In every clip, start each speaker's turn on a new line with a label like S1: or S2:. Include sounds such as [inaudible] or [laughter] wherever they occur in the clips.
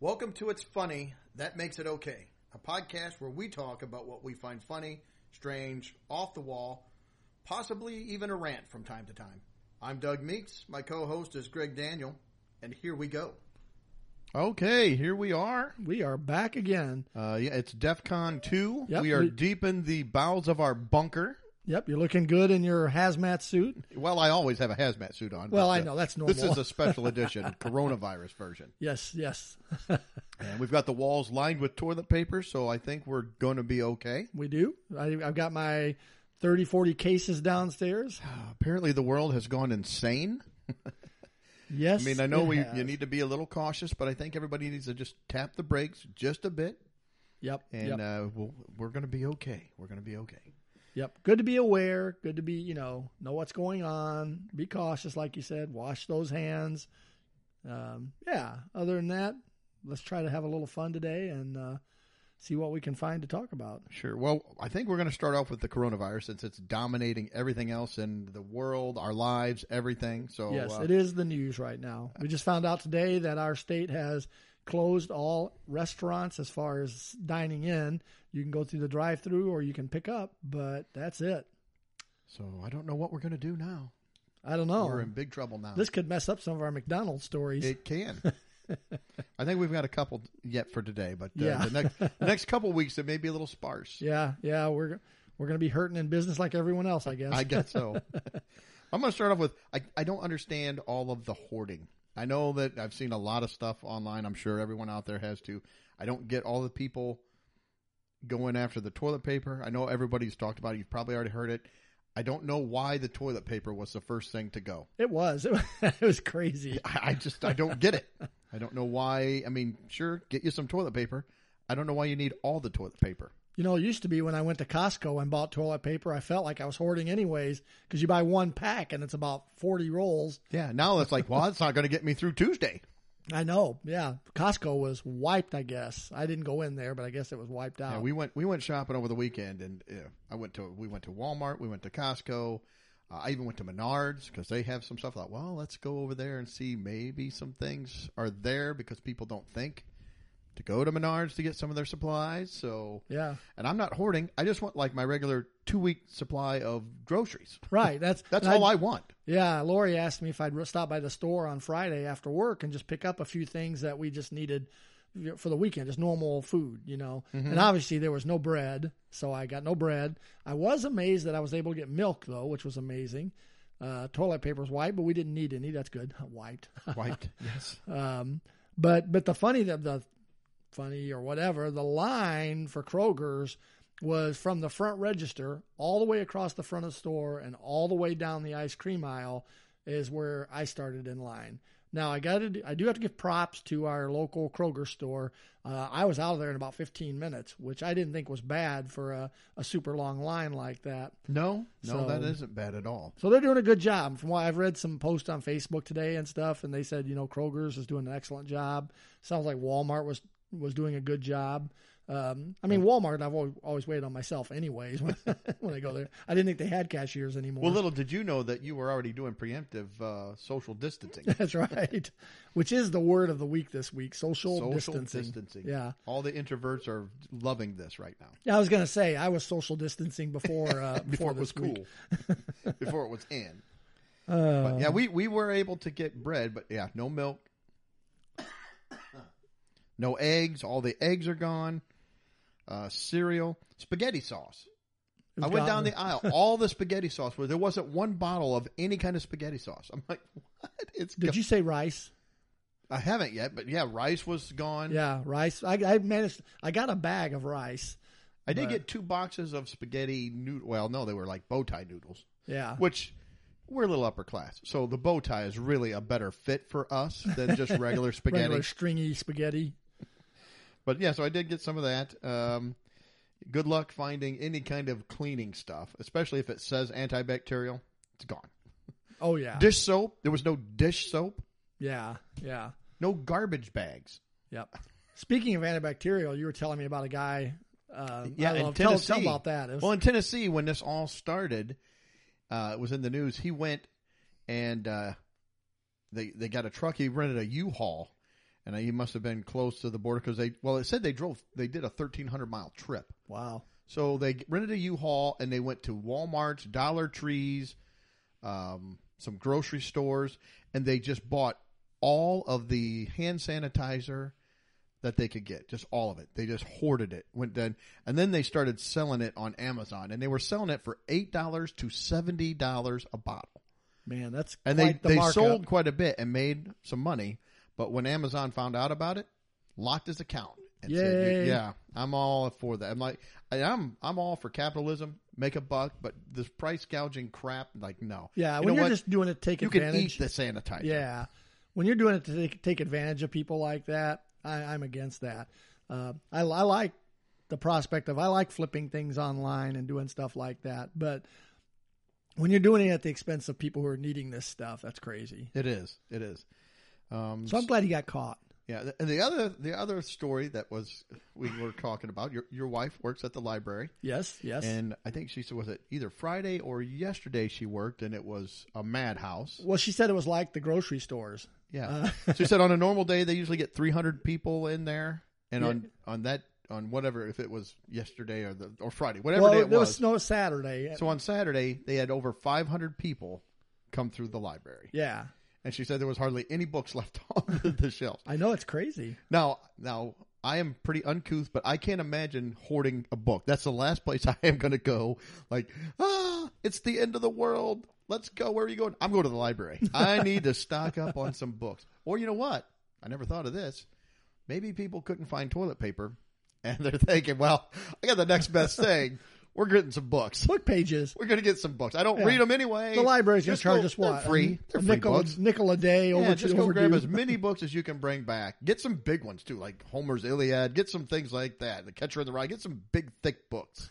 S1: Welcome to It's Funny, That Makes It Okay, a podcast where we talk about what we find funny, strange, off the wall, possibly even a rant from time to time. I'm Doug Meeks, my co host is Greg Daniel, and here we go. Okay, here we are.
S2: We are back again.
S1: Uh, yeah, it's DEF CON 2.
S2: Yep,
S1: we are
S2: we-
S1: deep in the bowels of our bunker.
S2: Yep, you're looking good in your hazmat suit.
S1: Well, I always have a hazmat suit on.
S2: Well,
S1: but,
S2: I
S1: uh,
S2: know that's normal.
S1: This is a special
S2: [laughs]
S1: edition, coronavirus version.
S2: yes, yes, [laughs]
S1: And we've got the walls lined with toilet paper, so I think we're going to be okay.
S2: we do. I, I've got my 30, 40 cases downstairs.
S1: Apparently, the world has gone insane.
S2: Yes,
S1: I mean, I know
S2: it
S1: we
S2: has.
S1: you need to be a little cautious, but I think everybody needs to just tap the brakes just a bit,
S2: Yep,
S1: and
S2: yep,
S1: uh, we'll, we're going to be okay. We're going to be okay.
S2: yep. Good to be aware. Good to be, you know, know what's going on. Be cautious, like you said. Wash those hands. Um, yeah. Other than that, let's try to have a little fun today and uh, see what we can find to talk about.
S1: Sure. Well, I think we're going to start off with the coronavirus since it's dominating everything else in the world, our lives, everything. So
S2: Yes,
S1: uh,
S2: it is the news right now. We just found out today that our state has closed all restaurants as far as dining in. You can go through the drive-through or you can pick up, but that's it.
S1: So I don't know what we're going to do now.
S2: I don't know.
S1: We're in big trouble now.
S2: this could mess up some of our McDonald's stories.
S1: It [laughs] can. I think we've got a couple yet for today, but uh,
S2: Yeah.
S1: the next the next couple weeks it may be a little sparse.
S2: yeah, yeah, we're we're going to be hurting in business like everyone else, I guess.
S1: I guess so. I'm going to start off with I, I don't understand all of the hoarding. I know that I've seen a lot of stuff online. I'm sure everyone out there has too. I don't get all the people going after the toilet paper. I know everybody's talked about it. You've probably already heard it. I don't know why the toilet paper was the first thing to go. [laughs]
S2: it was. [laughs] It was, crazy.
S1: I, I just I don't get it. I don't know why. I mean, sure, get you some toilet paper. I don't know why you need all the toilet paper.
S2: You know, it used to be when I went to Costco and bought toilet paper, I felt like I was hoarding anyways because you buy one pack and it's about 40 rolls.
S1: Yeah, now it's like, well, it's not going to get me through Tuesday.
S2: I know. Yeah, Costco was wiped. I guess I didn't go in there, but I guess it was wiped out.
S1: Yeah, we went we went shopping over the weekend, and yeah, I went to we went to Walmart, we went to Costco, uh, I even went to Menards because they have some stuff. I thought, well, let's go over there and see maybe some things are there because people don't think to go to Menards to get some of their supplies. So,
S2: yeah,
S1: and I'm not hoarding. I just want like my regular two week supply of groceries.
S2: right. That's
S1: [laughs] That's
S2: and
S1: all I want.
S2: Yeah, Lori asked me if I'd stop by the store on Friday after work and just pick up a few things that we just needed you know, for the weekend, just normal food, you know.
S1: Mm-hmm.
S2: And obviously there was no bread, so I got no bread. I was amazed that I was able to get milk though, which was amazing. Uh, toilet paper was wiped, but we didn't need any. That's good. [laughs] Wiped.
S1: Right. yes.
S2: Um, but but the funny the, the funny or whatever the line for Kroger's was from the front register all the way across the front of the store and all the way down the ice cream aisle is where I started in line. Now I got to I do have to give props to our local Kroger store. Uh, I was out of there in about 15 minutes, which I didn't think was bad for a, a super long line like that.
S1: No, no,
S2: So-
S1: that isn't bad at all.
S2: So they're doing a good job. From what I've read, some posts on Facebook today and stuff, and they said you know Kroger's is doing an excellent job. Sounds like Walmart was was doing a good job. Um, I mean Walmart, I've always, always waited on myself anyways [laughs] when, when I go there. I didn't think they had cashiers anymore.
S1: Well, little did you know that you were already doing preemptive uh, social distancing.
S2: [laughs] That's right. Which is the word of the week this week: social,
S1: social distancing.
S2: Yeah.
S1: All the introverts are loving this right now.
S2: Yeah, I was gonna say I was social distancing before
S1: [laughs]
S2: uh,
S1: Before
S2: before,
S1: it was
S2: this week.
S1: cool. Before it was in. but yeah, we, we were able to get bread, but yeah, no milk. [coughs] No eggs. All the eggs are gone. Uh, cereal. Spaghetti sauce. I went down
S2: Gone.
S1: the aisle. All the spaghetti sauce was there wasn't one bottle of any kind of spaghetti sauce. I'm like, [laughs] what? It's
S2: Did
S1: go-
S2: you say rice?
S1: I haven't yet, but yeah, rice was gone.
S2: Yeah, rice. I, I managed. I got a bag of rice.
S1: I did
S2: Right.
S1: get two boxes of spaghetti noodle. Well, no, they were like bow tie noodles,
S2: Yeah.
S1: which we're a little upper class, so the bow tie is really a better fit for us than
S2: [laughs]
S1: just regular spaghetti.
S2: regular stringy spaghetti.
S1: But yeah, so I did get some of that. Um, good luck finding any kind of cleaning stuff, especially if it says antibacterial. It's gone.
S2: Oh yeah,
S1: Dish soap. There was no dish soap.
S2: yeah, yeah,
S1: No garbage bags.
S2: yep. Speaking of antibacterial, you were telling me about a guy. Um,
S1: Yeah,
S2: I
S1: in
S2: love- tell,
S1: Tennessee.
S2: tell about that. It was-
S1: Well, in Tennessee, when this all started, uh, it was in the news. He went and uh, they they got a truck. He rented a U-Haul, and he must have been close to the border because they well it said they drove they did a 1300 mile trip
S2: Wow.
S1: so they rented a u-haul and they went to walmart's dollar trees um, some grocery stores and they just bought all of the hand sanitizer that they could get just all of it they just hoarded it went then and then they started selling it on amazon and they were selling it for $8 to $70 a bottle
S2: Man, that's
S1: and
S2: quite the
S1: they, they
S2: markup.
S1: sold quite a bit and made some money. But when Amazon found out about it, locked his account. And
S2: Yay.
S1: Said, yeah, I'm all for that. I'm like, I- I'm I'm all for capitalism, make a buck. But this price gouging crap, like, no.
S2: Yeah,
S1: you know
S2: when you're
S1: what?
S2: just doing it, to take
S1: you can
S2: advantage.
S1: eat the sanitizer.
S2: Yeah, when you're doing it to take, take advantage of people like that, I, I'm against that. Uh, I, I like the prospect of I like flipping things online and doing stuff like that, but when you're doing it at the expense of people who are needing this stuff, that's crazy.
S1: it is. It is. Um,
S2: So I'm glad he got caught.
S1: yeah, and the other the other story that was we were talking about. Your your wife works at the library.
S2: Yes, yes.
S1: And I think she said was it either Friday or yesterday she worked, and it was a madhouse.
S2: well, she said it was like the grocery stores. Uh,
S1: Yeah. so he said on a normal day they usually get 300 people in there, and
S2: Yeah.
S1: on on that on whatever if it was yesterday or the or Friday whatever
S2: Well,
S1: day
S2: it
S1: it was.
S2: was no Saturday.
S1: so on Saturday they had over 500 people come through the library,
S2: yeah,
S1: and she said there was hardly any books [laughs] left on the shelves.
S2: I know it's crazy.
S1: Now now. I am pretty uncouth, but I can't imagine hoarding a book. That's the last place [laughs] I am going to go. Like, ah, it's the end of the world. Let's go. Where are you going? I'm going to the
S2: [laughs]
S1: library. I need to stock up on some books. Or you know what? I never thought of this. Maybe people couldn't find toilet paper, and [laughs] they're thinking, "Well, I got the next
S2: [laughs]
S1: best thing. We're getting some books. [laughs]
S2: Book pages.
S1: We're going to get some books. I don't
S2: Yeah.
S1: read them anyway.
S2: The library's going to
S1: Just
S2: charge
S1: go-
S2: us what?
S1: They're free.
S2: A
S1: They're free
S2: nickel,
S1: books.
S2: nickel a day over
S1: Yeah, just
S2: to
S1: go grab
S2: overdue.
S1: as many books as you can bring back. Get some big ones too, like Homer's Iliad. Get some things like that. The Catcher in the Rye. Get some big, thick books.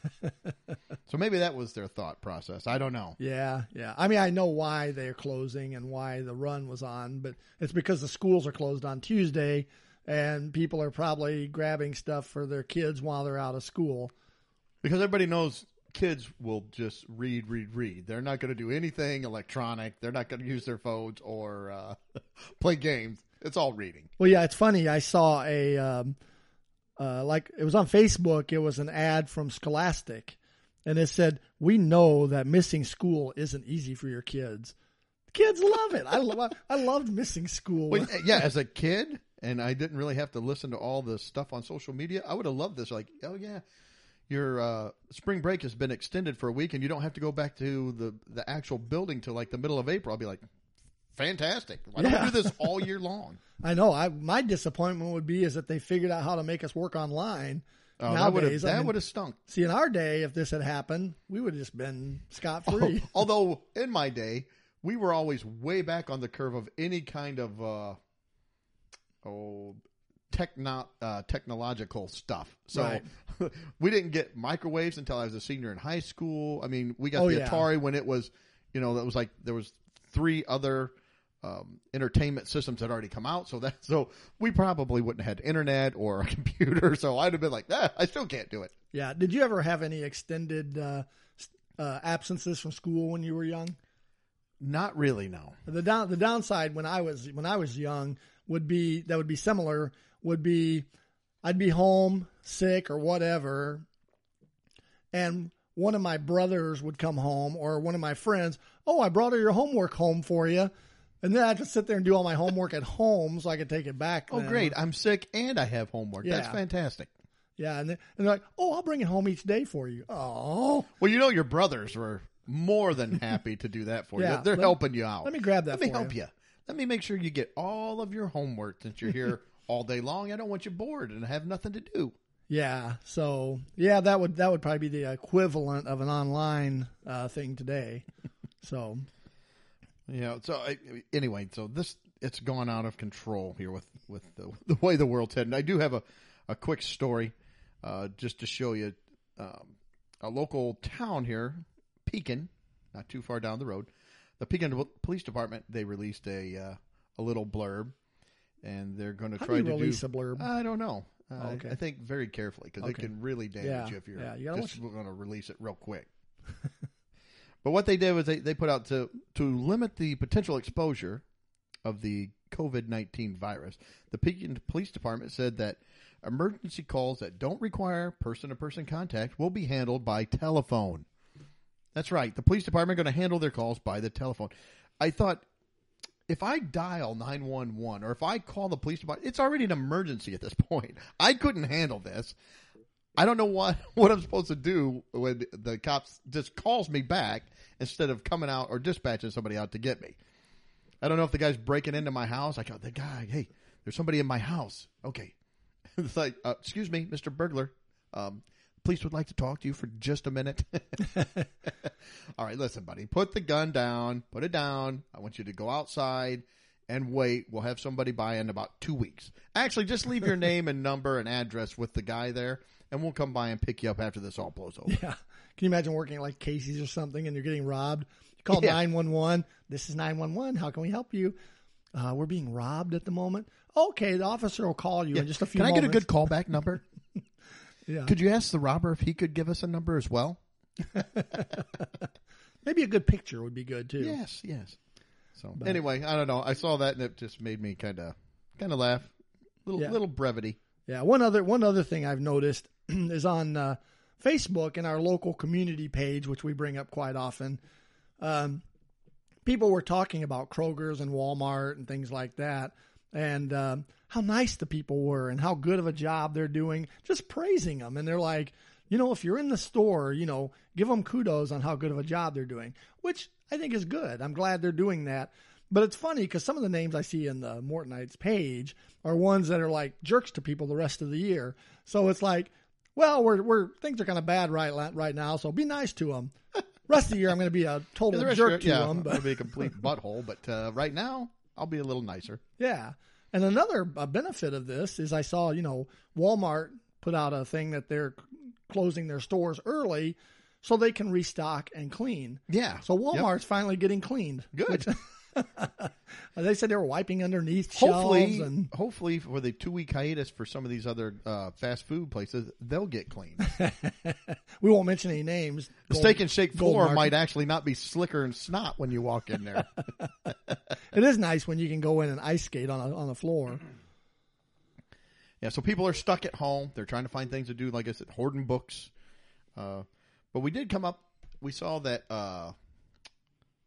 S1: so maybe that was their thought process. I don't know.
S2: Yeah, yeah. I mean, I know why they're closing and why the run was on, but it's because the schools are closed on Tuesday and people are probably grabbing stuff for their kids while they're out of school.
S1: Because everybody knows kids will just read, read, read. They're not going to do anything electronic. They're not going to use their phones or uh, [laughs] play games. It's all reading.
S2: Well, yeah, it's funny. I saw a um, uh, like it was on Facebook. It was an ad from Scholastic, and it said, "We know that missing school isn't easy for your kids. Kids love it. I love. I loved missing school.
S1: Well, yeah, as a kid, and I didn't really have to listen to all the stuff on social media. I would have loved this. Like, oh yeah, your uh, spring break has been extended for a week, and you don't have to go back to the the actual building till like the middle of April. I'll be like, fantastic. Why don't
S2: Yeah.
S1: we do this all year
S2: [laughs]
S1: long?
S2: I know. I my disappointment would be is that they figured out how to make us work online.
S1: Oh, that would have
S2: nowadays, I
S1: that
S2: mean,
S1: would have stunk.
S2: see in our day, if this had happened, we would have just been scot free.
S1: Oh. Although in my day, we were always way back on the curve of any kind of uh, oh techno uh, technological stuff. So [laughs] we didn't get microwaves until I was a senior in high school. I mean, we got
S2: Oh,
S1: the
S2: yeah.
S1: Atari when it was, you know, that was like there was three other. Um, entertainment systems had already come out, so that [laughs] so we probably wouldn't have had internet or a [laughs] computer. So I'd have been like, ah, I still can't do it.
S2: yeah. Did you ever have any extended uh, s- uh, absences from school when you were young?
S1: Not really, no.
S2: The down the downside when I was when I was young would be that would be similar would be I'd be home sick or whatever, and one of my brothers would come home or one of my friends. Oh, I brought your homework home for you, and then I could sit there and do all my homework at home so I could take it back.
S1: Oh,
S2: then.
S1: great! I'm sick and I have homework. That's
S2: Yeah.
S1: fantastic.
S2: Yeah, and, then, and they're like, oh, I'll bring it home each day for you. Oh,
S1: Well, you know your brothers were more than happy to do that for
S2: Yeah,
S1: you. They're
S2: let-
S1: helping you out.
S2: let me grab that
S1: Let me
S2: for
S1: help you. Let me make sure you get all of your homework since you're
S2: [laughs]
S1: here all day long. I don't want you bored and have nothing to do.
S2: yeah. So yeah, that would that would probably be the equivalent of an online uh, thing today. So
S1: You know. So I, anyway, so this it's gone out of control here with with the, the way the world's heading. I do have a a quick story uh, just to show you um, a local town here, Pekin, not too far down the road. The Pekin Police Department they released a uh, a little blurb, and they're going to
S2: How
S1: try
S2: do
S1: to
S2: you release
S1: do.
S2: a blurb? [laughs] Oh,
S1: I don't know. Uh,
S2: Okay.
S1: I think very carefully because
S2: Okay.
S1: it can really damage
S2: Yeah,
S1: you if you're
S2: yeah, you gotta
S1: just going to release it real quick. [laughs] but what they did was they, they put out to to limit the potential exposure of the COVID 19 virus. The Pekin Police Department said that emergency calls that don't require person to person contact will be handled by telephone. That's right. The police department going to handle their calls by the telephone. I thought if I dial 911 or if I call the police department, it's already an emergency at this [laughs] point. I couldn't handle this. I don't know what, [laughs] what I'm supposed to do when the cops just calls me back instead of coming out or dispatching somebody out to get me. I don't know if the guy's breaking into my house. I go, the guy, hey, there's somebody in my house. Okay. [laughs] it's like, uh, excuse me, Mr. Burglar. Um, police would like to talk to you for just a minute. [laughs] All right, listen, buddy. Put the gun down. Put it down. I want you to go outside and wait. We'll have somebody by in about two weeks. Actually, just leave
S2: [laughs]
S1: your name and number and address with the guy there, and we'll come by and pick you up after this all blows over.
S2: Yeah. Can you imagine working at like Casey's or something and you're getting robbed? You call
S1: Yeah.
S2: 911. This is 911. How can we help you? Uh, we're being robbed at the moment. Okay, the officer will call you in just a few
S1: Can I
S2: moments.
S1: get a good callback number?
S2: [laughs] Yeah.
S1: Could you ask the robber if he could give us a number as well?
S2: Maybe a good picture would be good too.
S1: Yes, yes. So anyway, I don't know. I saw that and it just made me kind of kind of laugh. Little
S2: Yeah.
S1: little brevity.
S2: Yeah. One other one other thing I've noticed [clears throat] is on uh, Facebook and our local community page, which we bring up quite often. Um, people were talking about Kroger's and Walmart and things like that, and um, how nice the people were and how good of a job they're doing. Just praising them, and they're like, you know, if you're in the store, you know, give them kudos on how good of a job they're doing, which I think is good. I'm glad they're doing that. But it's funny because some of the names I see in the Mortonites page are ones that are like jerks to people the rest of the year. So it's like, well, we're, we're things are kind of bad right la- right now, so be nice to them. [laughs] Rest of the year, I'm going to be a total
S1: The rest
S2: jerk
S1: of it,
S2: to
S1: yeah,
S2: them. But
S1: I'll
S2: [laughs]
S1: be a complete butthole, but uh, right now I'll be a little nicer.
S2: Yeah. And another uh, benefit of this is I saw, you know, Walmart put out a thing that they're c- closing their stores early so they can restock and clean.
S1: Yeah.
S2: So Walmart's finally getting cleaned. Uh,
S1: Yep, good.
S2: They said they were wiping
S1: [laughs]
S2: underneath
S1: hopefully,
S2: shelves and
S1: hopefully for the two week hiatus for some of these other uh, fast food places, they'll get
S2: [laughs]
S1: clean.
S2: we won't mention any names.
S1: The steak and shake
S2: Gold
S1: floor
S2: Market.
S1: might actually not be slicker and snot when you walk in
S2: [laughs]
S1: there.
S2: It is nice when you can go in and ice skate on a, on
S1: [clears throat]
S2: the floor.
S1: yeah. So people are stuck at home. They're trying to find things to do. Like I said, hoarding books. Uh, but we did come up. We saw that uh,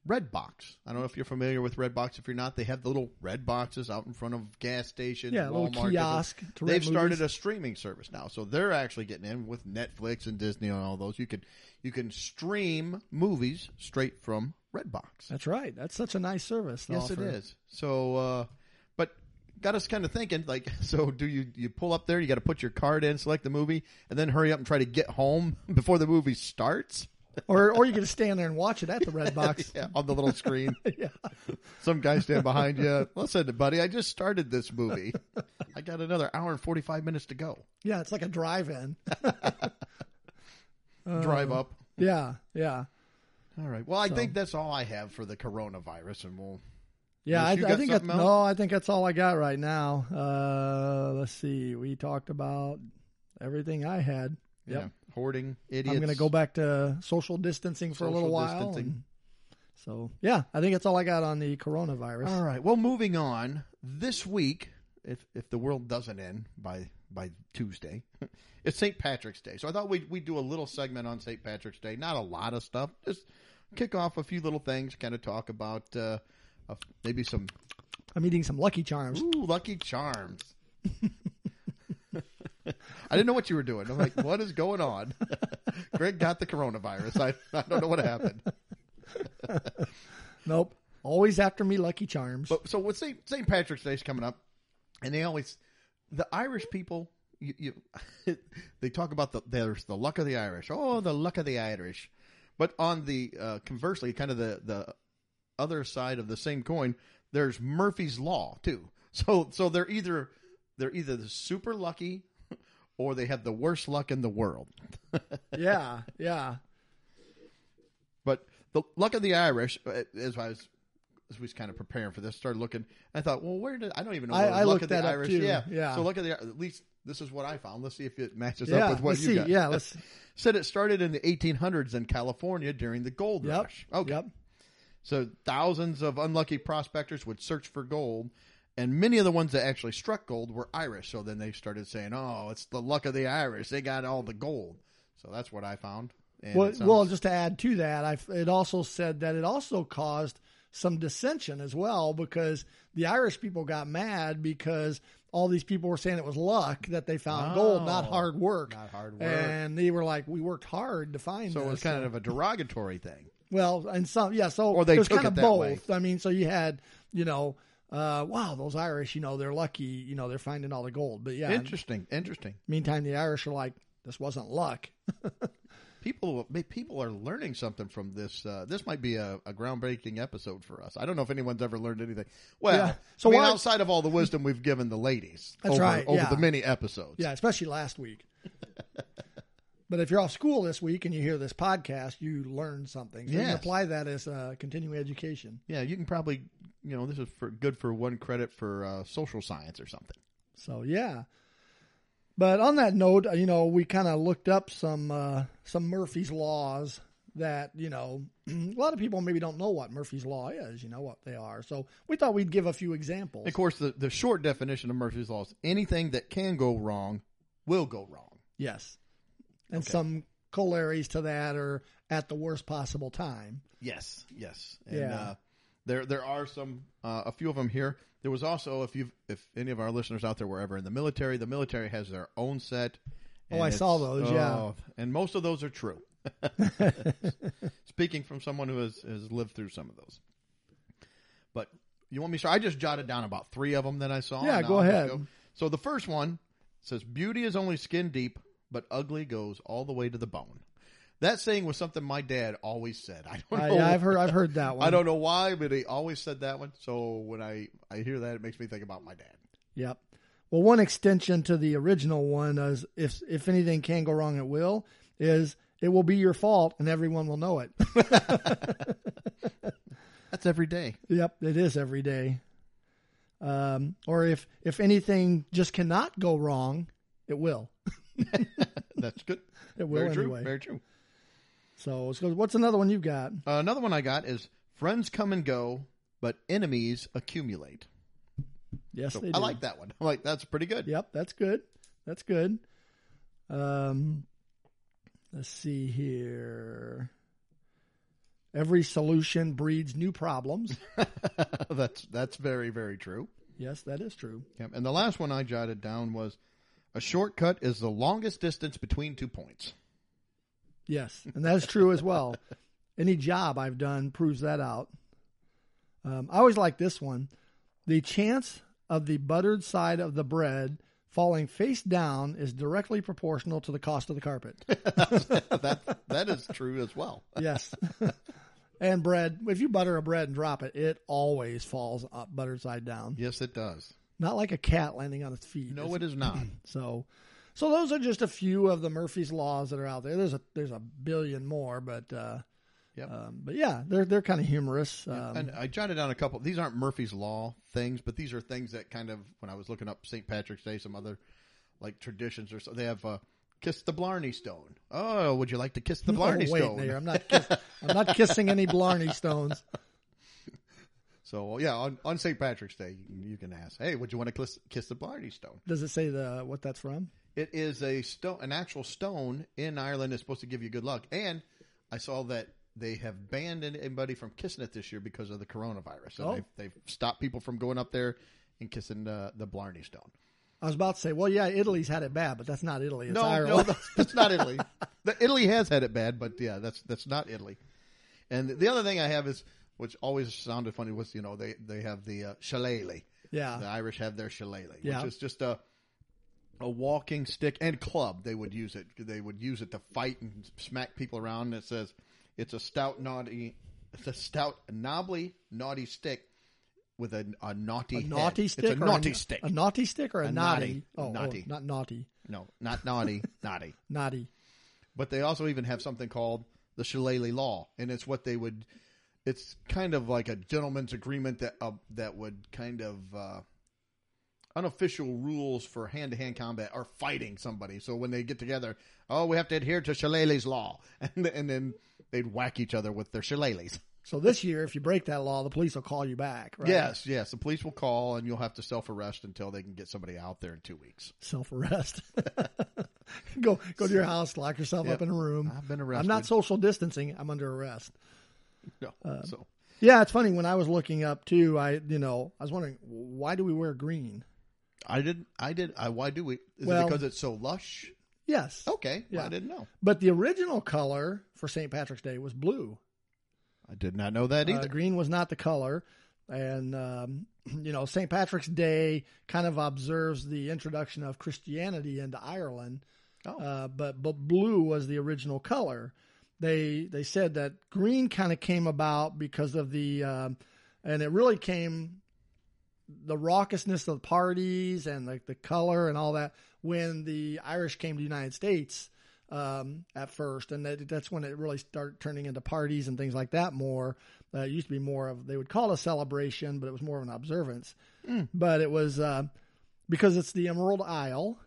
S1: Redbox. I don't know if you're familiar with Redbox. If you're not, they have the little red boxes out in front of gas stations.
S2: Yeah, a little
S1: Walmart, different-
S2: kiosk to rent
S1: They've started
S2: movies.
S1: a streaming service now, so they're actually getting in with Netflix and Disney and all those. You can you can stream movies straight from Redbox.
S2: That's right. That's such a nice service. to
S1: Yes, it
S2: offer.
S1: is. [laughs] So, uh, but got us kind of thinking. Like, [laughs] so do you? You pull up there. You got to put your card in, select the movie, and then hurry up and try to get home [laughs] before the movie starts. [laughs]
S2: Or or you can stand there and watch it at the red box. [laughs]
S1: Yeah, on the little screen.
S2: yeah.
S1: Some guy stand behind you. Listen, buddy, I just started this movie. I got another hour and forty five minutes to go.
S2: Yeah, it's like a drive-in. Uh.
S1: Drive up.
S2: Yeah, yeah,
S1: All right. Well, I think that's all I have for the coronavirus, and we'll.
S2: yeah. I,
S1: Unless you
S2: I
S1: got
S2: think that's,
S1: something else?
S2: no, I think that's all I got right now. Uh, let's see. We talked about everything I had. Yep.
S1: Yeah, hoarding idiots.
S2: I'm going to go back to social distancing for a little
S1: Social
S2: while.
S1: distancing.
S2: and- so yeah, I think that's all I got on the coronavirus.
S1: All right. Well, moving on. This week, if if the world doesn't end by by Tuesday, [laughs] it's St. Patrick's Day. So I thought we'd, we'd do a little segment on St. Patrick's Day. Not a lot of stuff. Just kick off a few little things. Kind of talk about uh, uh, maybe some
S2: I'm eating some Lucky Charms.
S1: ooh Lucky Charms. [laughs] I didn't know what you were doing. I'm like, what is going on? [laughs] Greg got the coronavirus. I, I don't know what happened.
S2: Nope. Always after me, Lucky Charms.
S1: But so with St. St. Patrick's Day's coming up, and they always the Irish people you, you [laughs] they talk about the there's the luck of the Irish. Oh, the luck of the Irish. But on the uh, conversely, kind of the the other side of the same coin, there's Murphy's Law too. [laughs] So so they're either they're either the super lucky [laughs] or they have the worst luck in the world.
S2: yeah, yeah.
S1: But the luck of the Irish, uh, as I was, as we was kind of preparing for this, started looking. I thought, well, where did I don't even know.
S2: I-
S1: Where
S2: I
S1: luck
S2: looked
S1: of the
S2: that up,
S1: Irish.
S2: too.
S1: Yeah,
S2: Yeah.
S1: So luck of the at least this is what I found. Let's see if it matches
S2: Yeah,
S1: up with what
S2: let's
S1: you
S2: see.
S1: got.
S2: Yeah, let's-
S1: [laughs] Said it started in the 1800s in California during the gold
S2: Yep.
S1: rush. Okay.
S2: Yep.
S1: So thousands of unlucky prospectors would search for gold And many of the ones that actually struck gold were Irish. So then they started saying, "Oh, it's the luck of the Irish. They got all the gold." So that's what I found. And
S2: Well,
S1: it sounds-
S2: well, just to add to that, I, it also said that it also caused some dissension as well because the Irish people got mad because all these people were saying it was luck that they found gold, not
S1: Oh,
S2: hard work.
S1: not hard work.
S2: And they were like, "We worked hard to find
S1: so it
S2: this."
S1: was kind of a derogatory thing.
S2: well, and some yeah. So
S1: Or they
S2: it was
S1: took
S2: kind
S1: it
S2: of
S1: that
S2: both.
S1: way.
S2: I mean, so you had you know, uh, wow, those Irish, you know, they're lucky, you know, they're finding all the gold. But yeah,
S1: Interesting, interesting.
S2: meantime, the Irish are like, "This wasn't luck."
S1: People, people are learning something from this. Uh, this might be a, a groundbreaking episode for us. I don't know if anyone's ever learned anything. Well,
S2: Yeah.
S1: so
S2: So
S1: I mean,
S2: why-
S1: outside of all the wisdom we've given the ladies
S2: That's
S1: over,
S2: right,
S1: over
S2: yeah.
S1: the many episodes,
S2: Yeah, especially last
S1: [laughs]
S2: week. but if you're off school this week and you hear this podcast, you learn something. So you
S1: Yes.
S2: can apply that as uh, continuing education.
S1: Yeah, you can probably, you know, this is for good for one credit for uh, social science or something.
S2: So yeah. But on that note, uh, you know, we kind of looked up some uh, some Murphy's laws that you know [clears throat] a lot of people maybe don't know what Murphy's law is. You know what they are. So we thought we'd give a few examples.
S1: Of course, the, the short definition of Murphy's Law is anything that can go wrong will go wrong.
S2: Yes, and some corollaries to that are at the worst possible time.
S1: Yes, yes, and
S2: Yeah.
S1: uh, there there are some uh, a few of them here. There was also if you have if any of our listeners out there were ever in the military, the military has their own set.
S2: Oh,
S1: and
S2: I
S1: it's- oh,
S2: saw those, yeah.
S1: and most of those are
S2: [laughs]
S1: true. Speaking from someone who has has lived through some of those, but you want me? So I just jotted down about three of them that I saw.
S2: Yeah,
S1: and
S2: go
S1: I'll just
S2: ahead.
S1: So the first one says, "Beauty is only skin deep, but ugly goes all the way to the bone." That saying was something my dad always said. [laughs] I don't
S2: I,
S1: know.
S2: Uh, I've heard I've heard that one.
S1: I don't know why, but he always said that one. So when I I hear that, it makes me think about my dad.
S2: Yep. Well, one extension to the original one is if if anything can go wrong, it will. Is it will be your fault and everyone will know it. [laughs]
S1: That's every day.
S2: yep, it is every day. Um, or if if anything just cannot go wrong, it will.
S1: [laughs]
S2: [laughs]
S1: That's good.
S2: It [laughs] will
S1: Very true.
S2: anyway.
S1: Very true.
S2: So, so what's another one you've got?
S1: Uh, another one I got is friends come and go, but enemies accumulate.
S2: Yes,
S1: So
S2: they do.
S1: I like that one. I'm like that's pretty good.
S2: Yep, that's good. That's good. Um, let's see here. Every solution breeds new problems.
S1: [laughs] that's that's very very true.
S2: yes, that is true.
S1: Yep. And the last one I jotted down was a shortcut is the longest distance between two points.
S2: Yes, and that's true as well. Any job I've done proves that out. Um, I always like this one. The chance of the buttered side of the bread falling face down is directly proportional to the cost of the carpet.
S1: that
S2: [laughs]
S1: that is true as well.
S2: Yes. [laughs] and bread. If you butter a bread and drop it, it always falls up buttered side down.
S1: Yes, it does.
S2: Not like a cat landing on its feet.
S1: No, it is not.
S2: So, so those are just a few of the Murphy's laws that are out there. There's a there's a billion more, but uh,
S1: Yep.
S2: um, but yeah, they're they're kind of humorous. [clears throat] Um,
S1: and I jotted down a couple. These aren't Murphy's Law things, but these are things that kind of when I was looking up St. Patrick's Day, some other like traditions or so. They have uh, kiss the Blarney Stone. Oh, would you like to kiss the [laughs] Blarney
S2: [laughs] oh, wait,
S1: Stone?
S2: Nayer, I'm not kiss, I'm not kissing any Blarney stones.
S1: So yeah, on, on St. Patrick's Day, you can, you can ask, hey, would you want to kiss, kiss the Blarney Stone?
S2: Does it say the what that's from?
S1: It is a stone, an actual stone in Ireland that's supposed to give you good luck. And I saw that they have banned anybody from kissing it this year because of the coronavirus. And
S2: Oh.
S1: they've, they've stopped people from going up there and kissing uh, the Blarney Stone.
S2: I was about to say, well, yeah, Italy's had it bad, but that's not Italy. It's
S1: no,
S2: Ireland.
S1: no, that's not
S2: [laughs]
S1: Italy. The- Italy has had it bad, but yeah, that's that's not Italy. And the other thing I have is, which always sounded funny, was you know they they have the uh, shillelagh.
S2: Yeah.
S1: the Irish have their shillelagh,
S2: Yeah.
S1: which is just a a walking stick and club. They would use it. They would use it to fight and smack people around. And it says it's a stout naughty, it's a stout knobbly naughty stick with a, a naughty
S2: a
S1: head.
S2: [laughs] naughty stick.
S1: It's a
S2: or
S1: naughty stick.
S2: A naughty stick or a,
S1: A
S2: naughty?
S1: naughty.
S2: Oh, oh,
S1: Naughty.
S2: not naughty.
S1: no, not naughty, [laughs] naughty.
S2: Naughty.
S1: but they also even have something called the shillelagh law and it's what they would it's kind of like a gentleman's agreement that uh, that would kind of uh, unofficial rules for hand-to-hand combat or fighting somebody so when they get together [laughs] oh we have to adhere to shillelagh's law and, and then they'd whack each other with their shillelaghs
S2: So this year, if you break that law, the police will call you back. Right?
S1: Yes, yes. The police will call, and you'll have to self arrest until they can get somebody out there in two weeks.
S2: Self arrest. [laughs] go go to your house, lock yourself
S1: Yep.
S2: up in a room.
S1: I've been arrested.
S2: I'm not social distancing. I'm under arrest.
S1: No, so
S2: Yeah, it's funny. When I was looking up too, I you know I was wondering why do we wear green?
S1: I didn't. I did. I, why do we? Is
S2: Well-
S1: it because it's so lush?
S2: Yes,
S1: Okay. well,
S2: Yeah.
S1: I didn't know.
S2: but the original color for St. Patrick's Day was blue.
S1: I did not know that
S2: Uh,
S1: either.
S2: green was not the color. And, um, [clears throat] you know, St. Patrick's Day kind of observes the introduction of Christianity into Ireland.
S1: Oh.
S2: Uh, but, but blue was the original color. They, they said that green kind of came about because of the, um, and it really came the raucousness of the parties and like the color and all that when the Irish came to the United States um, at first, and that, that's when it really started turning into parties and things like that more. Uh, it used to be more of they would call it a celebration, but it was more of an observance.
S1: Hmm.
S2: But it was uh, because it's the Emerald Isle,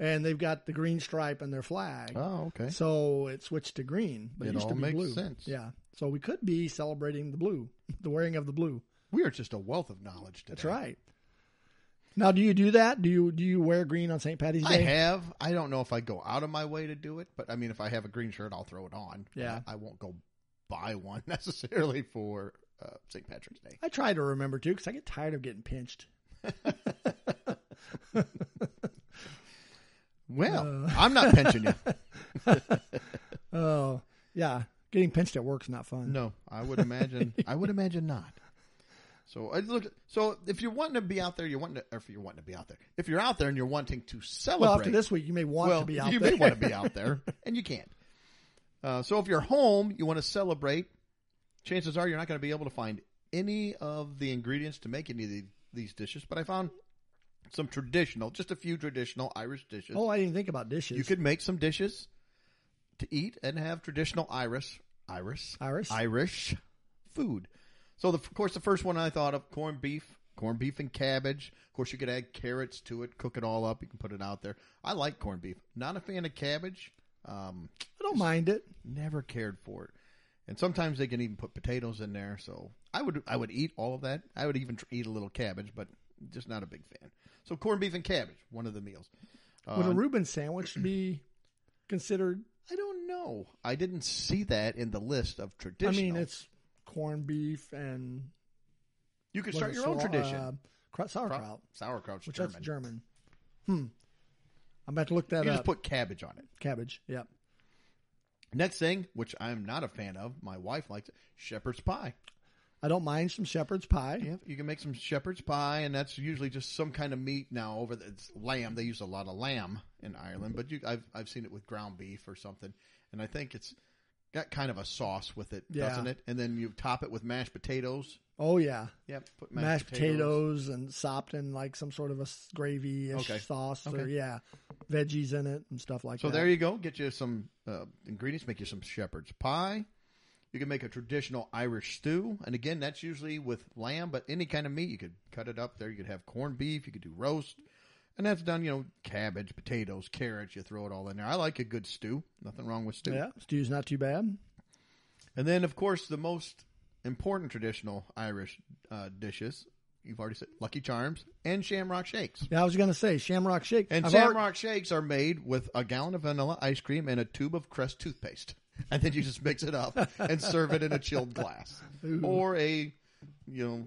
S2: and they've got the green stripe in their flag.
S1: oh, okay.
S2: So it switched to green, but it,
S1: It
S2: used to
S1: all
S2: be
S1: makes
S2: blue.
S1: sense.
S2: Yeah, so we could be celebrating the blue, [laughs] the wearing of the blue.
S1: We are just a wealth of knowledge today.
S2: That's right. Now, do you do that? Do you do you wear green on St. Patty's
S1: I
S2: Day?
S1: have. I don't know if I go out of my way to do it, but I mean, if I have a green shirt, I'll throw it on.
S2: Yeah.
S1: I, I won't go buy one [laughs] necessarily for uh, St. Patrick's Day.
S2: I try to remember too, because I get tired of getting pinched. Uh.
S1: Well, I'm not pinching
S2: [laughs]
S1: you.
S2: Oh, yeah, getting pinched at work's not fun.
S1: No, I would imagine. I would imagine not. So I look. So if you're wanting to be out there, you're wanting to. Or if you're wanting to be out there, if you're out there and you're wanting to celebrate,
S2: Well, after this week, you may want
S1: well,
S2: to be out
S1: you
S2: there.
S1: may want to be out there, [laughs] and you can't. Uh, so if you're home, you want to celebrate. Chances are you're not going to be able to find any of the ingredients to make any of the, these dishes. But I found some traditional, just a few traditional Irish dishes.
S2: [laughs] oh, I didn't think about dishes.
S1: You could make some dishes to eat and have traditional Irish, Irish,
S2: Irish?
S1: Irish food. So, the, of course, the first one I thought of corned beef, corned beef and cabbage. Of course, you could add carrots to it, cook it all up. You can put it out there. I like corned beef. Not a fan of cabbage. Um,
S2: I don't mind it.
S1: never cared for it. And sometimes they can even put potatoes in there. So I would I would eat all of that. I would even tr- eat a little cabbage, but just not a big fan. So corned beef and cabbage, one of the meals.
S2: Would
S1: Um,
S2: a Reuben sandwich
S1: [clears throat]
S2: be considered?
S1: I don't know. I didn't see that in the list of
S2: I
S1: traditional.
S2: mean, it's corned beef and
S1: you could
S2: what
S1: start
S2: is
S1: your
S2: it,
S1: own
S2: sau-
S1: tradition.
S2: uh, cra- sauerkraut,
S1: Sauerkraut's
S2: which
S1: German.
S2: that's German. Hmm. I'm about to look that
S1: You
S2: up.
S1: just put cabbage on it.
S2: Cabbage. Yep.
S1: Next thing, which I'm not a fan of, my wife likes it, shepherd's pie.
S2: I don't mind some shepherd's pie.
S1: Yeah, you can make some shepherd's pie, and that's usually just some kind of meat. Now over the, it's lamb, they use a lot of lamb in Ireland, but you, I've I've seen it with ground beef or something, and I think it's got kind of a sauce with it,
S2: Yeah.
S1: doesn't it? And then you top it with mashed potatoes.
S2: Oh yeah.
S1: Yep, put
S2: mashed, potatoes. and sopped in like some sort of a s- gravy-ish
S1: Okay.
S2: sauce or
S1: Okay.
S2: yeah, veggies in it and stuff like
S1: So
S2: that.
S1: there you go. Get you some uh, ingredients. Make you some shepherd's pie. You can make a traditional Irish stew, and again, that's usually with lamb, but any kind of meat. You could cut it up there. You could have corned beef. You could do roast, and that's done. You know, cabbage, potatoes, carrots. You throw it all in there. I like a good stew. Nothing wrong with stew.
S2: yeah, stew's not too bad.
S1: And then, of course, the most important traditional Irish uh, dishes. You've already said Lucky Charms and Shamrock Shakes.
S2: Yeah, I was gonna say Shamrock Shake.
S1: And
S2: I've
S1: Shamrock Shakes are made with a gallon of vanilla ice cream and a tube of Crest toothpaste. And then you just mix it up and serve it in a chilled glass or a, you know,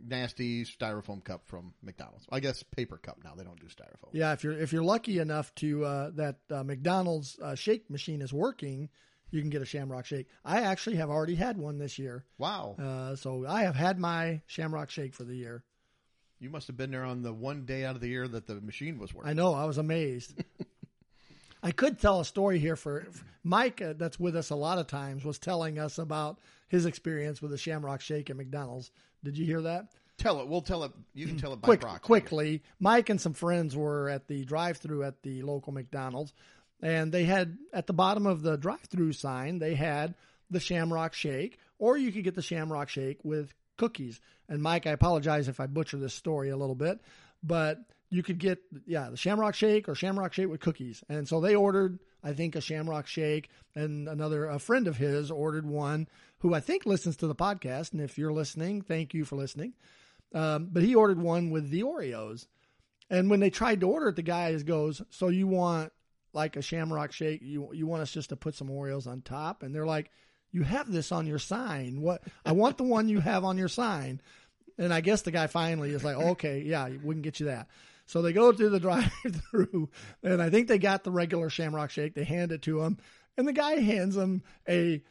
S1: nasty styrofoam cup from McDonald's. I guess paper cup now. They don't do styrofoam.
S2: Yeah, if you're if you're lucky enough to uh, that uh, McDonald's uh, shake machine is working, you can get a Shamrock Shake. I actually have already had one this year,
S1: Wow.
S2: uh, so I have had my Shamrock Shake for the year.
S1: You must have been there on the one day out of the year that the machine was working.
S2: I know. I was amazed. [laughs] I could tell a story here for, for Mike, uh, that's with us a lot of times, was telling us about his experience with the Shamrock Shake at McDonald's. Did you hear that?
S1: Tell it. We'll tell it. You can tell it by
S2: Quick,
S1: proxy.
S2: quickly, Mike and some friends were at the drive-through at the local McDonald's, and they had at the bottom of the drive-through sign they had the Shamrock Shake, or you could get the Shamrock Shake with cookies. And Mike, I apologize if I butcher this story a little bit, but you could get yeah the Shamrock Shake or Shamrock Shake with cookies. And so they ordered I think, a Shamrock Shake, and another a friend of his ordered one who I think listens to the podcast. And if you're listening, thank you for listening. Um, but he ordered one with the Oreos, and when they tried to order it, the guy goes, "So you want like a Shamrock Shake? You you want us just to put some Oreos on top?" And they're like, "You have this on your sign. What? I want the one you have on your sign." And I guess the guy finally is like, "Okay, yeah, we can get you that." So they go through the [laughs] drive-through, and I think they got the regular Shamrock Shake. They hand it to him, and the guy hands him a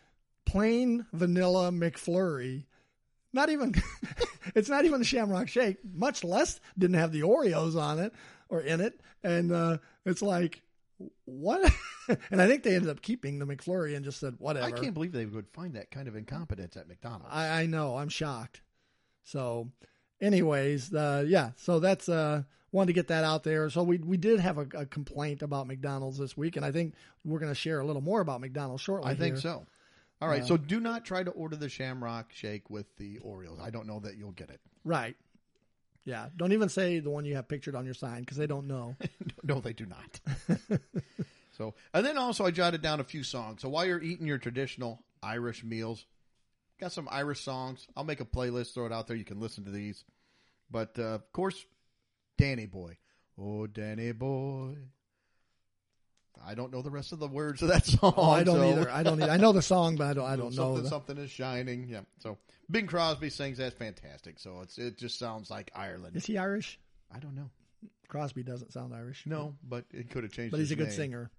S2: plain vanilla McFlurry. Not even, [laughs] it's not even a Shamrock Shake. Much less didn't have the Oreos on it or in it, and uh, it's like what? [laughs] and I think they ended up keeping the McFlurry and just said whatever.
S1: I can't believe they would find that kind of incompetence at McDonald's.
S2: I, I know. I'm shocked. So, anyways, uh, yeah. So that's uh, wanted to get that out there. So we we did have a, a complaint about McDonald's this week, and I think we're going to share a little more about McDonald's shortly.
S1: I think
S2: here.
S1: so. All right,
S2: Uh,
S1: so do not try to order the Shamrock Shake with the Oreos. I don't know that you'll get it.
S2: Right. Yeah. Don't even say the one you have pictured on your sign because they
S1: [laughs]
S2: don't know.
S1: No, they do not. so, and then also I jotted down a few songs. So while you're eating your traditional Irish meals, got some Irish songs. I'll make a playlist, throw it out there. You can listen to these. But uh, of course, Danny Boy. Oh, Danny Boy. I don't know the rest of the words of that [laughs] song.
S2: Oh, I don't
S1: so-
S2: either. I don't. Either. I know the song, but I don't. I don't know.
S1: something,
S2: the-
S1: something is shining. Yeah. So Bing Crosby sings that's fantastic. So it's it just sounds like Ireland.
S2: Is he Irish?
S1: I don't know.
S2: Crosby doesn't sound Irish.
S1: No, but it could have changed.
S2: but he's
S1: his
S2: a good
S1: name.
S2: singer.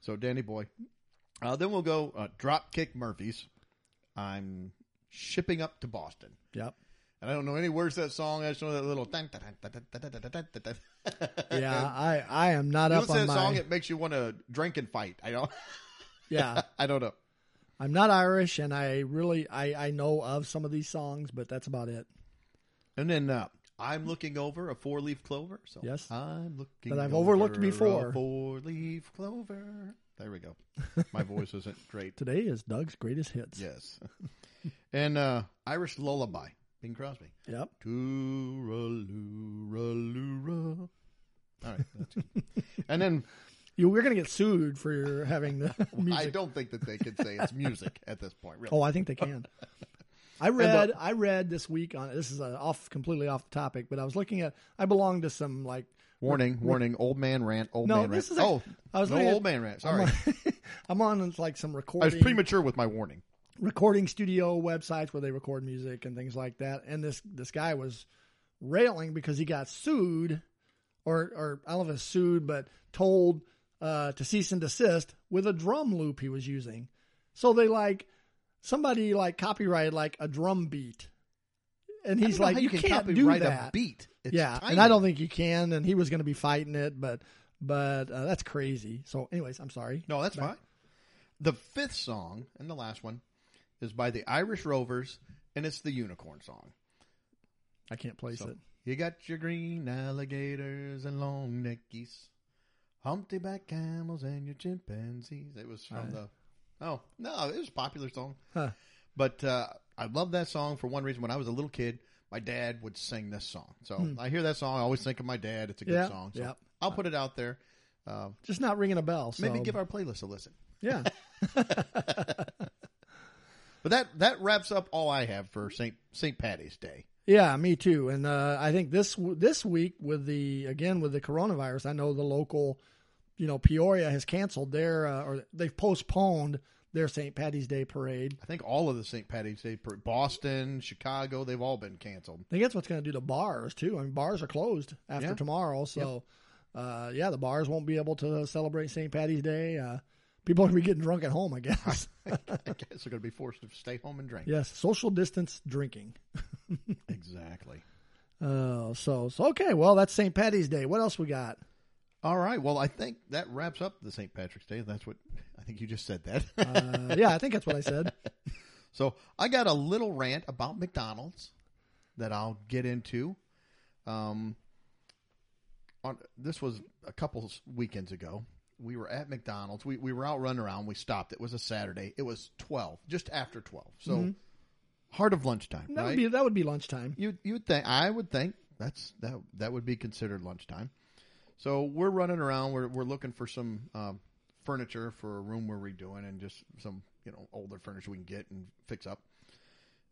S1: So Danny Boy. Uh, then we'll go uh, Dropkick Murphys. I'm shipping up to Boston, [laughs]
S2: Yep.
S1: and I don't know any words to that song. I just know that little. dun, dun, dun, dun, dun, dun, dun, dun, dun, dun.
S2: Yeah. I I am not
S1: You [laughs]
S2: up
S1: listen to
S2: on
S1: that
S2: my.
S1: song, it makes you want to drink and fight. I don't. [laughs]
S2: yeah.
S1: I don't know.
S2: I'm not Irish, and I really I I know of some of these songs, but that's about it.
S1: And then uh, I'm looking over a four leaf clover. So
S2: Yes.
S1: I'm looking.
S2: That I've overlooked
S1: over a
S2: before.
S1: Four leaf clover. There we go.
S2: [laughs]
S1: My voice isn't great.
S2: Today is Doug's greatest hits.
S1: Yes. [laughs] and uh, Irish lullaby, Bing Crosby.
S2: Yep.
S1: Tooralooraloora. All right, that's
S2: [laughs]
S1: good. and then
S2: You, we're gonna get sued for your having the
S1: [laughs]
S2: music.
S1: I don't think that they could say it's
S2: [laughs]
S1: music at this point. Really,
S2: Oh, I think
S1: [laughs]
S2: they can. I
S1: the-
S2: read I read this week on this is uh off completely off the topic, but I was looking at I belong to some like
S1: warning, warning, old man rant, old
S2: No,
S1: man rant.
S2: this is a-
S1: oh,
S2: I was
S1: no
S2: looking at-
S1: old man rant. Sorry,
S2: I'm on, I'm on [laughs] like some
S1: I was
S2: recording
S1: premature with my warning.
S2: recording studio websites where they record music and things like that. And this this guy was railing because he got sued, or or I don't know if it's sued, but told uh, to cease and desist with a drum loop he was using. So they like somebody like copyrighted like a drum beat, and
S1: I
S2: he's
S1: don't know
S2: like,
S1: how
S2: you,
S1: can
S2: can't do
S1: copyright
S2: that.
S1: a beat. It's
S2: yeah,
S1: tiny.
S2: and I don't think you can. And he was going to be fighting it, but but uh, that's crazy. So, anyways, I'm sorry.
S1: No, that's fine. The fifth song and the last one is by the Irish Rovers, and it's the Unicorn song.
S2: I can't place it.
S1: You got your green alligators and long neck geese, humpty back camels and your chimpanzees. It was from the oh no, it was a popular song.
S2: Huh.
S1: But uh, I love that song for one reason. When I was a little kid, my dad would sing this song. So I hear that song, I always think of my dad. It's a good
S2: Hmm. Yeah,
S1: song. So
S2: yeah.
S1: I'll put it out there. Uh,
S2: Just not ringing a bell. So.
S1: maybe give our playlist a listen.
S2: yeah.
S1: But that that wraps up all I have for Saint Saint Patty's Day.
S2: Yeah, me too. And uh, I think this this week with the again with the coronavirus, I know the local, you know, Peoria has canceled their uh, or they've postponed their St. Patty's Day parade.
S1: I think all of the Saint Patty's Day, par- Boston, Chicago, they've all been canceled.
S2: I think that's what's going to do to bars too. I mean, bars are closed after
S1: Yeah.
S2: tomorrow, so uh, yeah, the bars won't be able to celebrate St. Patty's Day. Uh, people are going to be getting drunk at home, I guess.
S1: [laughs] I guess they're going to be forced to stay home and drink.
S2: yes, social distance drinking.
S1: Exactly.
S2: Uh, so so okay, well that's St. Patty's Day. What else we got?
S1: All right. Well, I think that wraps up the St. Patrick's Day. That's what I think you just said that.
S2: Uh, yeah, I think that's what I said.
S1: [laughs] so I got a little rant about McDonald's that I'll get into. Um, on this was a couple s- weekends ago. We were at McDonald's. We we were out running around. We stopped. It was a Saturday. It was twelve, just after twelve. So heart of lunchtime.
S2: Mm-hmm. That
S1: right?
S2: would be that would be lunchtime.
S1: You you would think I would think that's that that would be considered lunchtime. So we're running around. We're we're looking for some um, furniture for a room we're redoing and just some you know older furniture we can get and fix up.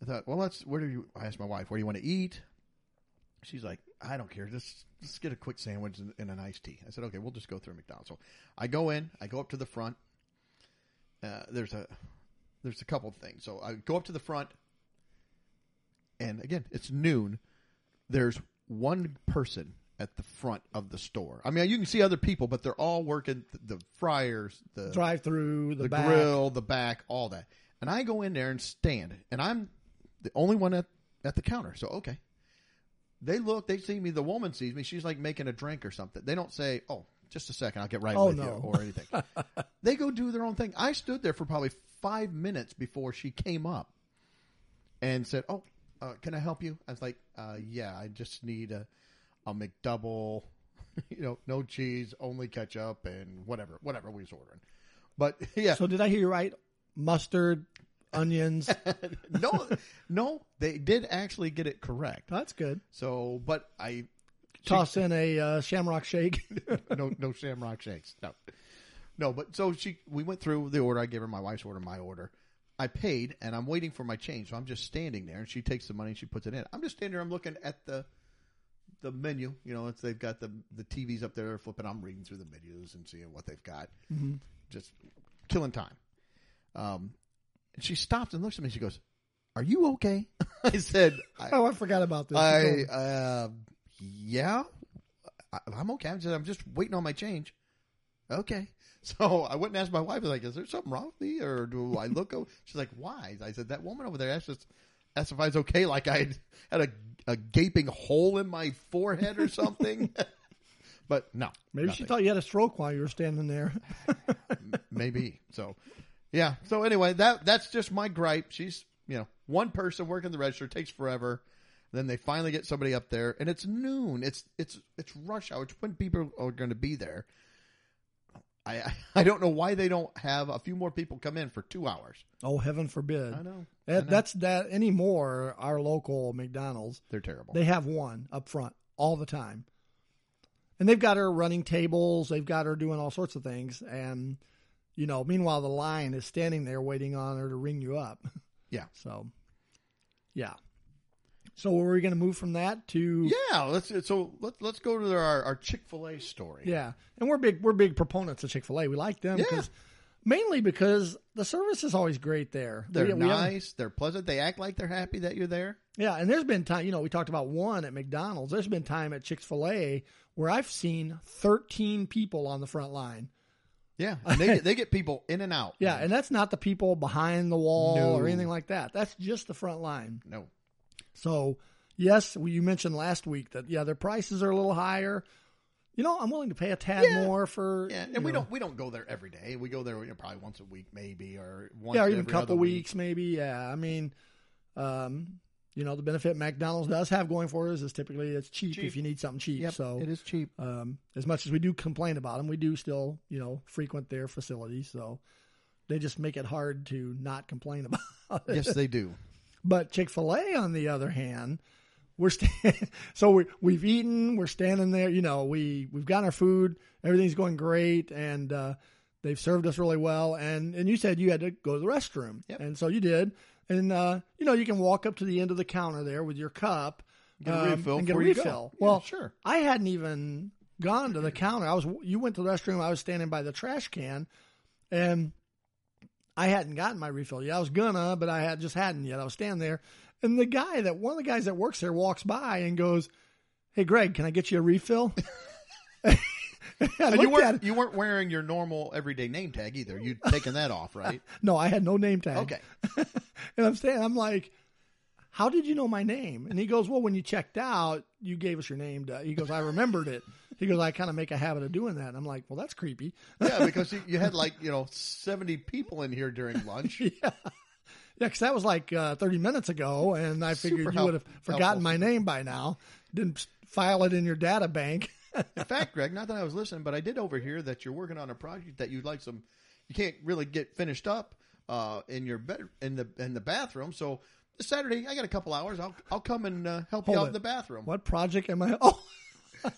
S1: I thought, well, let's. Where do you? I asked my wife, where do you want to eat? She's like, I don't care. Just just get a quick sandwich and, and an iced tea. I said, okay, we'll just go through McDonald's. So I go in. I go up to the front. Uh, there's a there's a couple of things. So I go up to the front, and again, it's noon. There's one person at the front of the store. I mean, you can see other people, but they're all working th- the fryers, the
S2: Drive through the,
S1: the
S2: back.
S1: grill, the back, all that. And I go in there and stand, and I'm the only one at, at the counter. So okay, they look, they see me. The woman sees me. She's like making a drink or something. They don't say, "Oh, just a second, I'll get right
S2: Oh,
S1: with you"
S2: no.
S1: or
S2: [laughs]
S1: anything. they go do their own thing. I stood there for probably five minutes before she came up and said, "Oh, uh, can I help you?" I was like, uh, "Yeah, I just need a, a McDouble, [laughs] you know, no cheese, only ketchup, and whatever, whatever we was ordering." But [laughs] yeah,
S2: So did I hear you right? Mustard,
S1: [laughs]
S2: onions.
S1: no, no, they did actually get it correct.
S2: That's good.
S1: So, but I
S2: Toss in a uh, shamrock shake. [laughs]
S1: no no shamrock shakes. No. No, but so she we went through the order. I gave her my wife's order, my order. I paid and I'm waiting for my change. So I'm just standing there and she takes the money and she puts it in. I'm just standing there, I'm looking at the the menu, you know, it's they've got the the TVs up there flipping. I'm reading through the menus and seeing what they've got. Just killing time. Um and she stops and looks at me. She goes, "Are you okay?" [laughs] I said, I,
S2: oh, I forgot about this. You told
S1: I
S2: me.
S1: uh, yeah, I, I'm okay. I'm just, I'm just waiting on my change. Okay, [laughs] so I went and asked my wife. Like, is there something wrong with me, or do I look? o-" [laughs] She's like, why? I said that woman over there asked us asked if I was okay. Like I had a a gaping hole in my forehead or
S2: [laughs]
S1: something. but no,
S2: Maybe she thought you had a stroke while you were standing there. [laughs]
S1: maybe so. Yeah. So anyway, that that's just my gripe. She's you know one person working the register takes forever. Then they finally get somebody up there, and it's noon. It's it's it's rush hour. It's when people are going to be there. I I- I don't know why they don't have a few more people come in for two hours.
S2: Oh, heaven forbid.
S1: know
S2: That, That's that anymore. Our local McDonald's,
S1: they're terrible.
S2: they have one up front all the time, and they've got her running tables. They've got her doing all sorts of things, and you know, meanwhile the line is standing there waiting on her to ring you up. [laughs]
S1: Yeah.
S2: So, yeah. So were we going to move from that to
S1: yeah, let's so let let's go to our our Chick fil A story.
S2: Yeah, and we're big we're big proponents of Chick Fil A. We like them
S1: Yeah.
S2: because mainly because the service is always great there.
S1: They're
S2: We- we haven't-
S1: nice. They're pleasant. They act like they're happy that you're there.
S2: yeah, and there's been time. You know, we talked about one at McDonald's. There's been time at Chick Fil A where I've seen 13 people on the front line.
S1: Yeah, and
S2: [laughs]
S1: they they get people in and out.
S2: Yeah, and that's not the people behind the wall
S1: No.
S2: or anything like that. That's just the front line.
S1: no,
S2: So, yes, we- you mentioned last week that yeah, their prices are a little higher. You know, I'm willing to pay a tad
S1: Yeah.
S2: more for
S1: Yeah,
S2: you
S1: and we
S2: know,
S1: don't we don't go there every day. We go there you know, probably once a week, maybe, or once
S2: yeah, or even a
S1: every
S2: couple
S1: other week.
S2: weeks, maybe. Yeah, I mean, um, you know, the benefit McDonald's does have going for us is typically it's cheap,
S1: Cheap.
S2: if you need something cheap.
S1: Yep,
S2: so,
S1: it is cheap.
S2: um, as much as we do complain about them, we do still, you know, frequent their facilities. So they just make it hard to not complain [laughs] about it.
S1: yes, they
S2: [laughs]
S1: do.
S2: But Chick Fil A, on the other hand, we're st- [laughs] so we we've eaten, we're standing there. You know, we we've gotten our food, everything's going great, and uh, they've served us really well. And and you said you had to go to the restroom,
S1: Yep.
S2: and so you did. And uh, you know, you can walk up to the end of the counter there with your cup um,
S1: Get a refill
S2: and get a
S1: before you go.
S2: refill.
S1: Yeah,
S2: Well,
S1: sure.
S2: I hadn't even gone to the counter. I was you went to the restroom. I was standing by the trash can, and I hadn't gotten my refill yet. I was gonna, but I had just hadn't yet. I was standing there, and the guy that one of the guys that works there walks by and goes, "Hey, Greg, can I get you
S1: [laughs]
S2: a refill?" [laughs] And I
S1: And you
S2: looked at
S1: weren't
S2: it.
S1: you weren't wearing your normal everyday name tag either.
S2: [laughs]
S1: You'd taken that off, right?
S2: No, I had no name tag.
S1: Okay.
S2: and I'm standing. I'm like, "How did you know my name?" And he goes, "Well, when you checked out, you gave us your name." To-. He goes, "I remembered it." He goes, "I kind of make a habit of doing that." And I'm like, "Well, that's creepy."
S1: Yeah, because you, you had like you know seventy people in here
S2: [laughs]
S1: during lunch.
S2: Yeah, because that was like uh, 30 minutes ago, and I figured
S1: Super
S2: you
S1: help-
S2: would have forgotten
S1: helpful.
S2: my name by now. Didn't file it in your data bank. [laughs]
S1: In fact, Greg, not that I was listening, but I did overhear that you're working on a project that you'd like some. You can't really get finished up uh, in your bed in the in the bathroom. So this Saturday, I got a couple hours. I'll I'll come and uh, help you
S2: Hold
S1: out
S2: it.
S1: in the bathroom.
S2: what project am I? [laughs] Oh,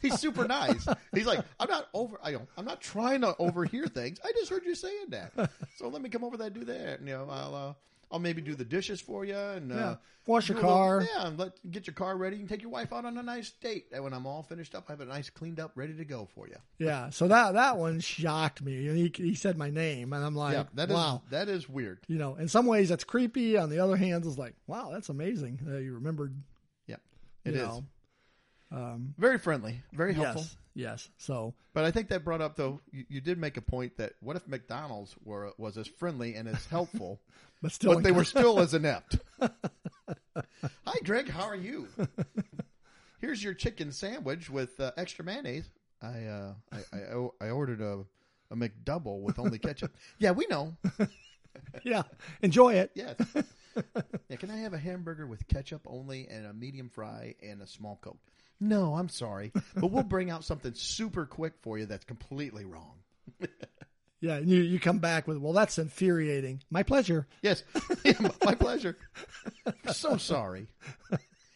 S1: He's
S2: [laughs]
S1: super nice. He's like, I'm not over. I don't. I'm not trying to overhear things. I just heard you saying that. So let me come over there and do that. And, you know, I'll uh, I'll maybe do the dishes for you and
S2: Yeah.
S1: uh,
S2: Wash your
S1: do a little-
S2: car.
S1: yeah, and let get your car ready. You can take your wife out on a nice date. And when I'm all finished up, I have it nice cleaned up, ready to go for you.
S2: Yeah. So that that one shocked me. He, he said my name, and I'm like,
S1: yeah, that is
S2: wow.
S1: that is weird.
S2: You know, in some ways that's creepy. On the other hand, it's like, wow, that's amazing that you remembered.
S1: Yeah, it
S2: you
S1: is
S2: know. Um,
S1: very friendly, very helpful.
S2: yes. Yes. So
S1: But I think that brought up though. You, you did make a point that what if McDonald's were was as friendly and as [laughs] helpful,
S2: but still,
S1: but they were still as inept. [laughs] Hi, Greg. How are you? Here's your chicken sandwich with uh, extra mayonnaise. I, uh, I I o- I ordered a a McDouble with only [laughs] ketchup. yeah, we know.
S2: [laughs] yeah, enjoy it.
S1: Yes. yeah, can I have a hamburger with ketchup only and a medium fry and a small Coke? No, I'm sorry. But we'll bring out something super quick for you that's completely wrong.
S2: Yeah. And you, you come back with, well, that's infuriating. My pleasure.
S1: Yes. [laughs] Yeah, my pleasure. so sorry.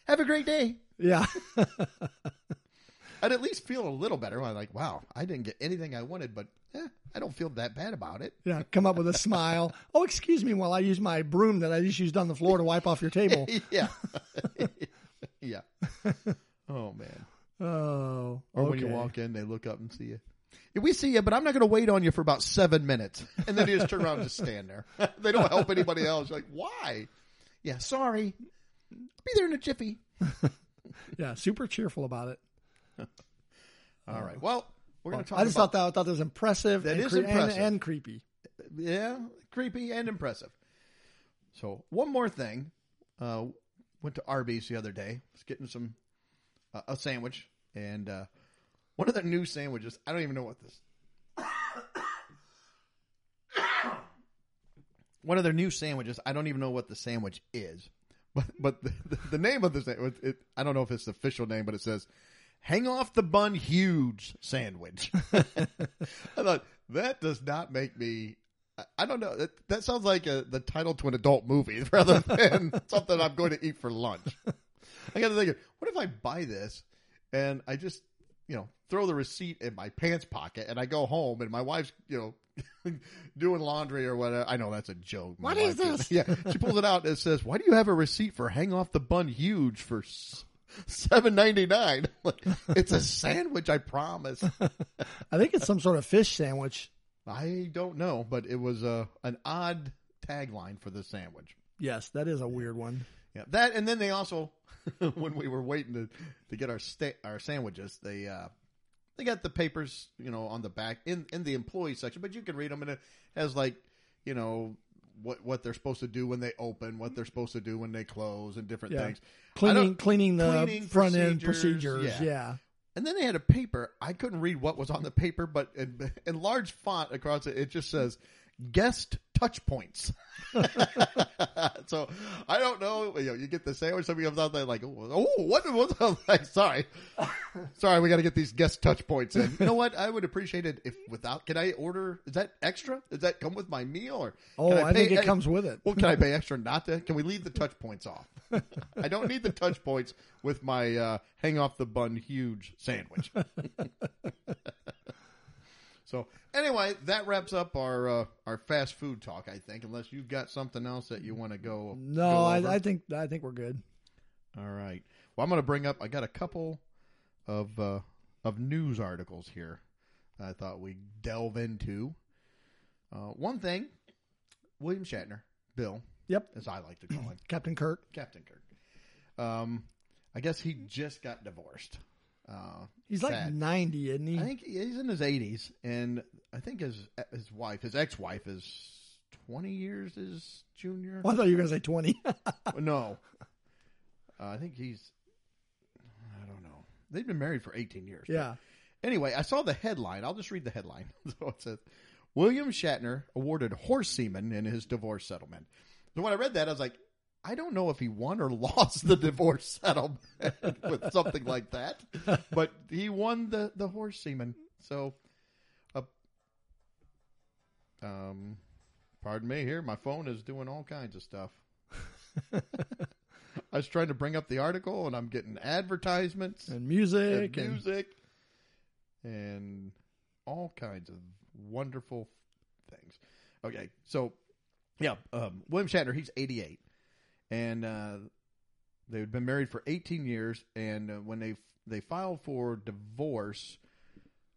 S1: Have a great day.
S2: Yeah. [laughs]
S1: I'd at least feel a little better. I'm like, wow, I didn't get anything I wanted, but eh, I don't feel that bad about it. [laughs]
S2: Yeah. Come up with a smile. [laughs] Oh, excuse me while I use my broom that I just used on the floor to wipe off your [laughs] table.
S1: Yeah. [laughs] yeah. Oh, man.
S2: Oh.
S1: Or when you
S2: okay.
S1: walk in, they look up and see you. Yeah, we see you, but I'm not going to wait on you for about seven minutes. And then you just turn around and just stand there. [laughs] they don't help anybody else. You're like, why? Yeah, sorry. Be there in a jiffy.
S2: Yeah. Super cheerful about it.
S1: All right. Well, we're going to talk
S2: I just
S1: about
S2: thought that I thought that was impressive.
S1: That
S2: and
S1: is
S2: cre- and-
S1: impressive.
S2: and creepy.
S1: yeah, creepy and impressive. So one more thing, uh, went to Arby's the other day. Was getting some uh, a sandwich and uh, one of their new sandwiches. I don't even know what this. [coughs] one of their new sandwiches. I don't even know what the sandwich is, but but the, the, the name of the sandwich. It, I don't know if it's the official name, but it says. Hang off the bun huge sandwich. [laughs] I thought that does not make me. I- I don't know. That, that sounds like a, the title to an adult movie [laughs] rather than
S2: [laughs]
S1: something I'm going to eat for lunch. I got to think, what if I buy this and I just, you know, throw the receipt in my pants pocket and I go home and my wife's, you know, [laughs] doing laundry or whatever. I know that's a joke. My
S2: What is
S1: wife [laughs]
S2: this?
S1: Yeah. She pulls it out and says, why do you have a receipt for hang off the bun huge for s- $7.99? [laughs] Like, it's a sandwich. I promise.
S2: I think it's some sort of fish sandwich.
S1: I don't know, but it was uh, an odd tagline for the sandwich.
S2: Yes, that is a weird one.
S1: Yeah, that and then they also, [laughs] when we were waiting to, to get our sta- our sandwiches, they uh, they got the papers, you know, on the back in in the employee section, but you can read them and it has like, you know, what what they're supposed to do when they open, what they're supposed to do when they close, and different
S2: Yeah.
S1: things. I
S2: Cleaning
S1: don't-
S2: cleaning the
S1: Cleaning
S2: front end
S1: procedures,
S2: procedures.
S1: yeah.
S2: Yeah.
S1: And then they had a paper. I couldn't read what was on the paper, but in, [laughs] in large font across it, it just says guest touch points. [laughs] so I don't know. You know, you get the sandwich, somebody comes out there like, oh, what was [laughs] like? Sorry, sorry, we got to get these guest touch points in. You know what? I would appreciate it if without. Can I order? Is that extra? Does that come with my meal or?
S2: Oh,
S1: can
S2: I, think
S1: pay-
S2: it comes with it.
S1: Well, can I pay extra not to? Can we leave the touch points off? I don't need the touch points with my uh, hang off the bun huge sandwich. [laughs] so anyway, that wraps up our uh, our fast food talk. I think, unless you've got something else that you want to go.
S2: No,
S1: go over.
S2: I, I think I think we're good.
S1: All right. Well, I'm going to bring up. I got a couple of uh, of news articles here. that I thought we'd delve into. Uh, one thing, William Shatner, Bill,
S2: Yep.
S1: as I like to call him,
S2: Captain Kirk.
S1: Captain Kirk. Um, I guess he just got divorced. Uh,
S2: He's like
S1: Sad.
S2: 90, isn't he?
S1: I think he- he's in his 80s, and I think his his wife, his ex wife, is 20 years his junior.
S2: Well, [laughs] I thought you were going to say 20.
S1: No, uh, I think he's. I don't know. They've been married for 18 years.
S2: yeah.
S1: Anyway, I saw the headline. I'll just read the headline. [laughs] so it says, William Shatner awarded horse semen in his divorce settlement. So when I read that, I was like, I don't know if he won or [laughs] lost the divorce settlement [laughs] with something like that, but he won the, the horse semen. So, uh, um, pardon me here. My phone is doing all kinds of stuff. [laughs] I was trying to bring up the article, and I'm getting advertisements
S2: [laughs] And music.
S1: and music. and all kinds of wonderful things. Okay, so yeah, um, William Shatner, he's 88, and uh, they had been married for 18 years, and uh, when they they filed for divorce,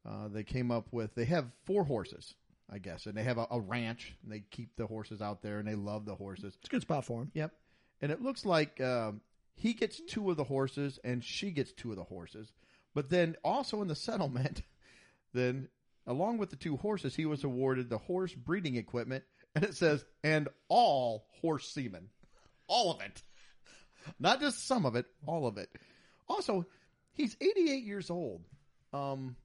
S1: uh, they came up with they have four horses, I guess, and they have a, a ranch. And they keep the horses out there, and they love the horses.
S2: It's a good spot for him.
S1: Yep. And it looks like um, he gets two of the horses and she gets two of the horses. But then also in the [laughs] settlement, then along with the two horses, he was awarded the horse breeding equipment. And it says, and all horse semen. All of it. Not just some of it, all of it. Also, he's 88 years old. Um,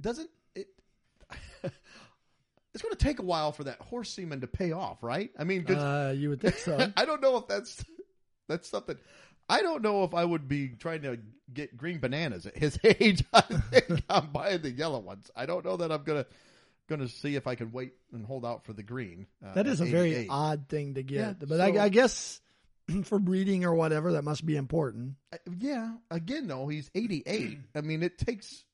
S1: doesn't it? [laughs] it's going to take a while for that horse semen to pay off, right? I mean, 'cause-
S2: Uh, you would think [laughs] so.
S1: [laughs] I don't know if that's that's something. I don't know if I would be trying to get green bananas at his [laughs] age. I think I'm buying the yellow ones. I don't know that I'm gonna gonna see if I can wait and hold out for the green. Uh,
S2: That is a
S1: at
S2: very
S1: 88.
S2: odd thing to get,
S1: Yeah,
S2: but I,
S1: so-
S2: I guess [clears throat] for breeding or whatever, that must be important.
S1: I- yeah. Again, though, he's 88. I mean, it takes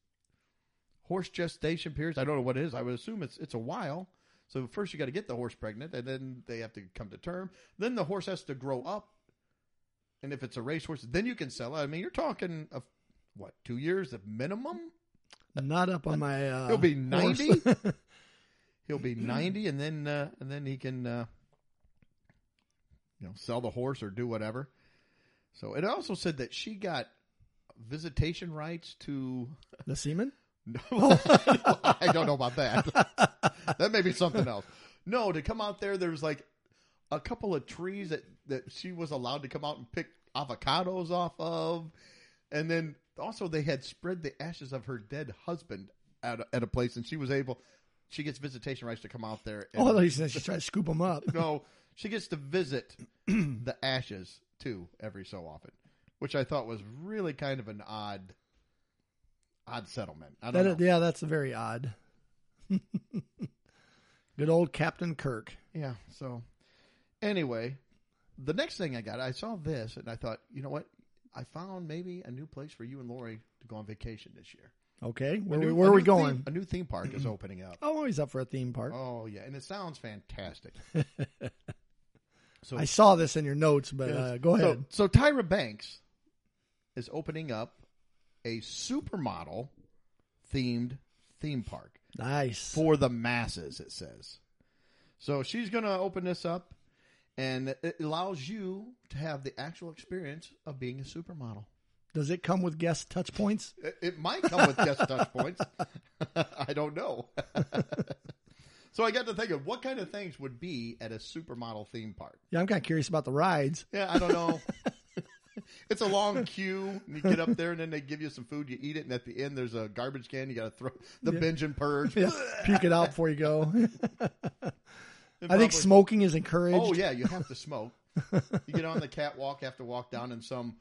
S1: horse gestation periods. I don't know what it is. I would assume it's it's a while. So first you got to get the horse pregnant, and then they have to come to term. Then the horse has to grow up, and if it's a racehorse, then you can sell it. I mean, you're talking of what two years at minimum?
S2: Not up on my. Uh,
S1: He'll be
S2: horse.
S1: 90? He'll be 90, and then uh, and then he can uh, you know sell the horse or do whatever. So it also said that she got visitation rights to
S2: [laughs] the semen.
S1: No,
S2: [laughs]
S1: I don't know about that. [laughs] that may be something else. No, to come out there, there was like a couple of trees that that she was allowed to come out and pick avocados off of, and then also they had spread the ashes of her dead husband at a, at a place, and she was able. She gets visitation rights to come out there. And,
S2: Oh, I thought you said she tried to scoop them up.
S1: [laughs] no, she gets to visit [clears throat] the ashes too every so often, which I thought was really kind of an odd, odd settlement. I don't
S2: That
S1: know.
S2: is- yeah, that's very odd. [laughs] Good old Captain Kirk.
S1: Yeah. So, anyway, the next thing I got, I saw this and I thought, you know what? I found maybe a new place for you and Lori to go on vacation this year.
S2: Okay,
S1: A
S2: where, we
S1: new-
S2: where
S1: a
S2: are we
S1: new
S2: going? Mm-hmm.
S1: theme- a new theme park is opening up.
S2: I'm always up for a theme park.
S1: Oh yeah, and it sounds fantastic. so
S2: I saw this in your notes, but
S1: Yes.
S2: uh, go
S1: So-
S2: ahead.
S1: So, Tyra Banks is opening up a supermodel themed theme park
S2: nice.
S1: for the masses. It says. So she's going to open this up, and it allows you to have the actual experience of being a supermodel.
S2: Does it come with guest touch points?
S1: It, it might come with guest touch points. [laughs] I don't know. [laughs] so I got to thinking, what kind of things would be at a supermodel theme park?
S2: Yeah, I'm kind of curious about the rides.
S1: Yeah, I don't [laughs] know. it's a long queue. And you get up there, and then they give you some food. You eat it, and at the end, there's a garbage can. You got to throw the binge and purge.
S2: Yeah, puke it out before you go. [laughs]
S1: And
S2: I think
S1: probably-
S2: smoking is encouraged.
S1: Oh yeah, you have to smoke. you get on the catwalk, have to walk down in some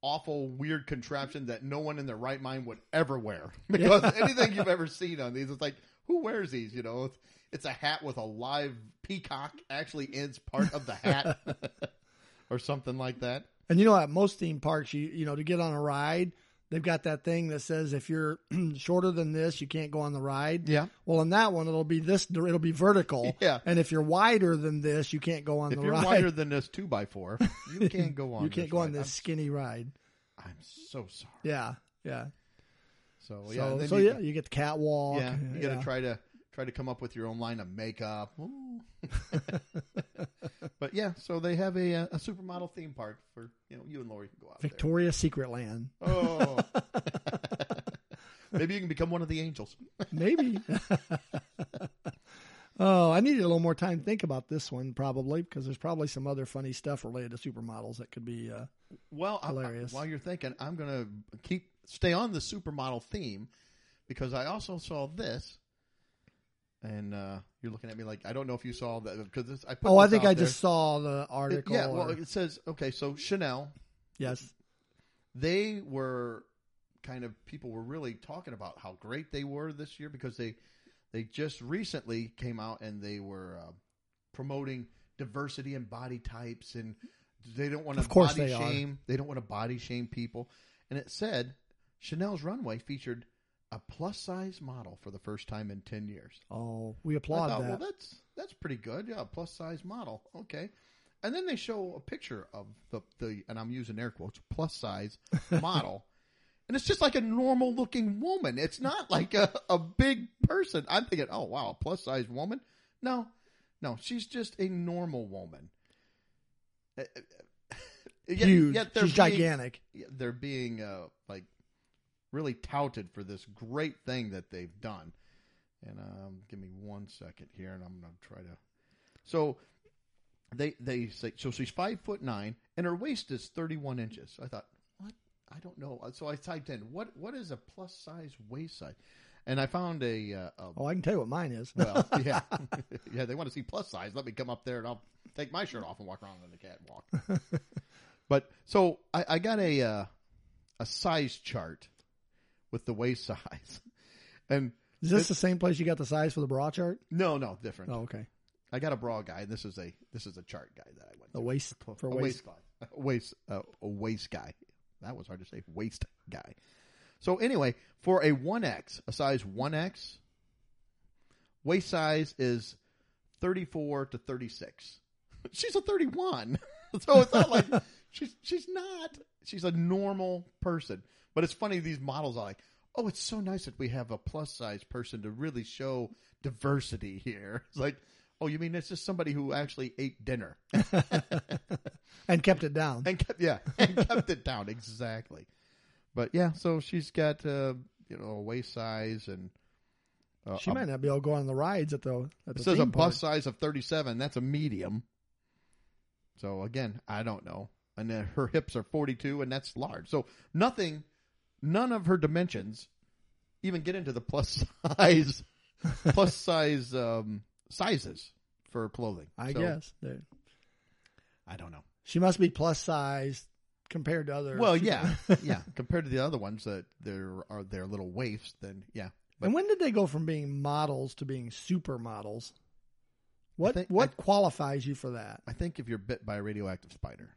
S1: awful weird contraption that no one in their right mind would ever wear. [laughs] Because anything you've ever seen on these, it's like who wears these? You know, it's, it's a hat with a live peacock actually is part of the
S2: [laughs]
S1: hat, or something like that.
S2: And you know, at most theme parks, you you know, to get on a ride, they've got that thing that says if you're [clears throat] shorter than this, you can't go on the ride.
S1: Yeah.
S2: Well, in that one, it'll be this. It'll be vertical.
S1: [laughs] Yeah.
S2: And if you're wider than this, you can't go on
S1: If
S2: the
S1: you're
S2: ride. [laughs]
S1: wider than this two by four, you can't go on.
S2: you can't
S1: this
S2: go on
S1: ride.
S2: this skinny ride.
S1: I'm, I'm so sorry.
S2: Yeah. Yeah.
S1: So
S2: So,
S1: yeah, and then
S2: so
S1: you-
S2: yeah, you get the catwalk.
S1: Yeah, you got to
S2: yeah.
S1: try to try to come up with your own line of makeup.
S2: [laughs]
S1: Ooh. but yeah, so they have a uh, a supermodel theme park for you know you and Lori can go out
S2: Victoria's Secret Land.
S1: there.
S2: [laughs]
S1: Oh, maybe you can become one of the angels.
S2: Maybe. [laughs] oh, I needed a little more time to think about this one probably because there's probably some other funny stuff related to supermodels that could be. Uh,
S1: Well, I- I-
S2: Hilarious.
S1: while you're thinking, I'm gonna keep stay on the supermodel theme because I also saw this. And uh, you're looking at me like I don't know if you saw that because I put
S2: oh, I
S1: this
S2: think
S1: out
S2: I
S1: there.
S2: just saw the
S1: It-
S2: article.
S1: yeah. Well,
S2: or-
S1: it says okay. So Chanel
S2: yes.
S1: they were kind of people were really talking about how great they were this year because they they just recently came out and they were uh, promoting diversity and body types and they don't want to
S2: Of course
S1: body
S2: they are.
S1: shame they don't want to body shame people and it said Chanel's runway featured a plus size model for the first time in ten years.
S2: Oh, we
S1: I
S2: applaud
S1: thought,
S2: that.
S1: Well, that's that's pretty good. Yeah, a plus size model. Okay. And then they show a picture of the, the and I'm using air quotes plus
S2: [laughs]
S1: size model. And it's just like a normal looking woman. It's not like a, a big person. I'm thinking, oh wow, a plus size woman? No. No, she's just a normal woman. [laughs] Uh, uh, yet-
S2: Huge.
S1: yet they're
S2: She's
S1: being-
S2: gigantic.
S1: they're being uh, like really touted for this great thing that they've done. And um, give me one second here, and I'm gonna try to. So they they say so she's five foot nine, and her waist is 31 inches. I thought what I don't know. So I typed in what what is a plus size waist size, and I found a, uh, a
S2: Oh, I can tell you what mine is.
S1: well, yeah, [laughs] yeah. They want to see plus size. Let me come up there and I'll take my shirt off and walk around on the catwalk. but so I, I got a uh, a size chart with the waist [laughs] size, and
S2: Is this the same place you got the size for the bra chart?
S1: no, no, different.
S2: Oh, okay.
S1: I got a bra guy. This is a this is a chart guy that I went.
S2: The
S1: to.
S2: waist for
S1: a
S2: waist.
S1: waist guy, [laughs] a waist uh, a waist guy. That was hard to say. Waist guy. So anyway, for a one X, a size one X, waist size is thirty four to thirty six. [laughs] She's a thirty one, [laughs] so it's not like she's she's not. She's a normal person, but it's funny. These models are like, oh, it's so nice that we have a plus size person to really show diversity here. [laughs] It's like. Oh, you mean it's just somebody who actually ate dinner
S2: and kept it down.
S1: and kept yeah [laughs] and kept it down exactly but yeah so she's got uh you know a waist size and uh,
S2: She
S1: a-
S2: might not be able to go on the rides at the at the
S1: it says a
S2: theme park.
S1: bust size of 37 that's a medium so again i don't know and then her hips are 42 and that's large so nothing none of her dimensions even get into the plus [laughs] size plus size um sizes for clothing
S2: I
S1: So,
S2: guess. Dude.
S1: i don't know
S2: She must be plus size compared to others.
S1: Well,
S2: [laughs]
S1: yeah, yeah. Compared to the other ones that there are their little waifs, then yeah.
S2: and when did they go from being models to being supermodels? What
S1: think-
S2: what qualifies you for that?
S1: I think if you're bit by a radioactive
S2: [laughs]
S1: spider,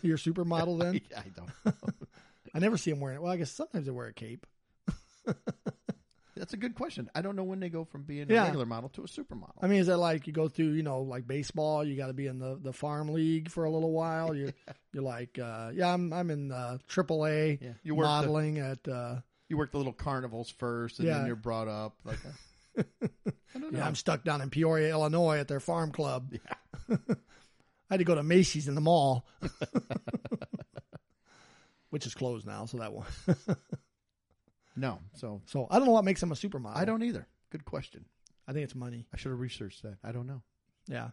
S2: You're
S1: [laughs]
S2: a supermodel then?
S1: I don't. know.
S2: I never see them wearing it. Well, I guess sometimes they wear a cape.
S1: That's a good question. I don't know when they go from being
S2: Yeah.
S1: a regular model to a supermodel.
S2: I mean, is that like you go through, you know, like baseball, you got to be in the, the farm league for a little while.
S1: [laughs]
S2: You you're like, uh, yeah, I'm I'm in uh, AAA
S1: Yeah. You work the-
S2: modeling at uh,
S1: you work the little carnivals first, and
S2: Yeah.
S1: then you're brought up. Like,
S2: [laughs]
S1: uh, I don't know.
S2: Yeah, I'm stuck down in Peoria, Illinois at their farm club. [laughs] I had to go to Macy's in the
S1: [laughs]
S2: mall, which is closed now. So that one.
S1: no, so
S2: So I don't know what makes them a supermodel.
S1: I don't either. Good question.
S2: I think it's money.
S1: I should have researched that. I don't know.
S2: Yeah,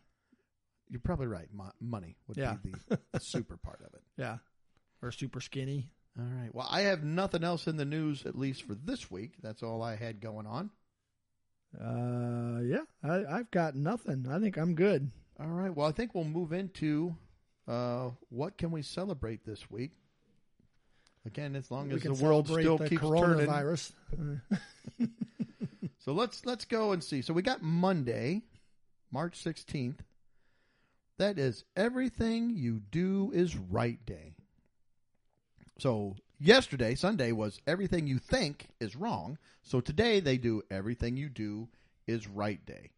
S1: You're probably right. Mo- money would
S2: Yeah.
S1: be the, the super part of it.
S2: yeah, or super skinny.
S1: All right. Well, I have nothing else in the news, at least for this week. That's all I had going on.
S2: Uh, yeah, I, I've got nothing. I think I'm good.
S1: All right. Well, I think we'll move into uh, what can we celebrate this week. Again, as long
S2: We
S1: as the
S2: can
S1: world
S2: celebrate
S1: still
S2: the
S1: keeps turning.
S2: coronavirus.
S1: So let's let's go and see. So we got Monday, March sixteenth. That is everything you do is right day. So yesterday, Sunday was everything you think is wrong. So today they do everything you do is right day.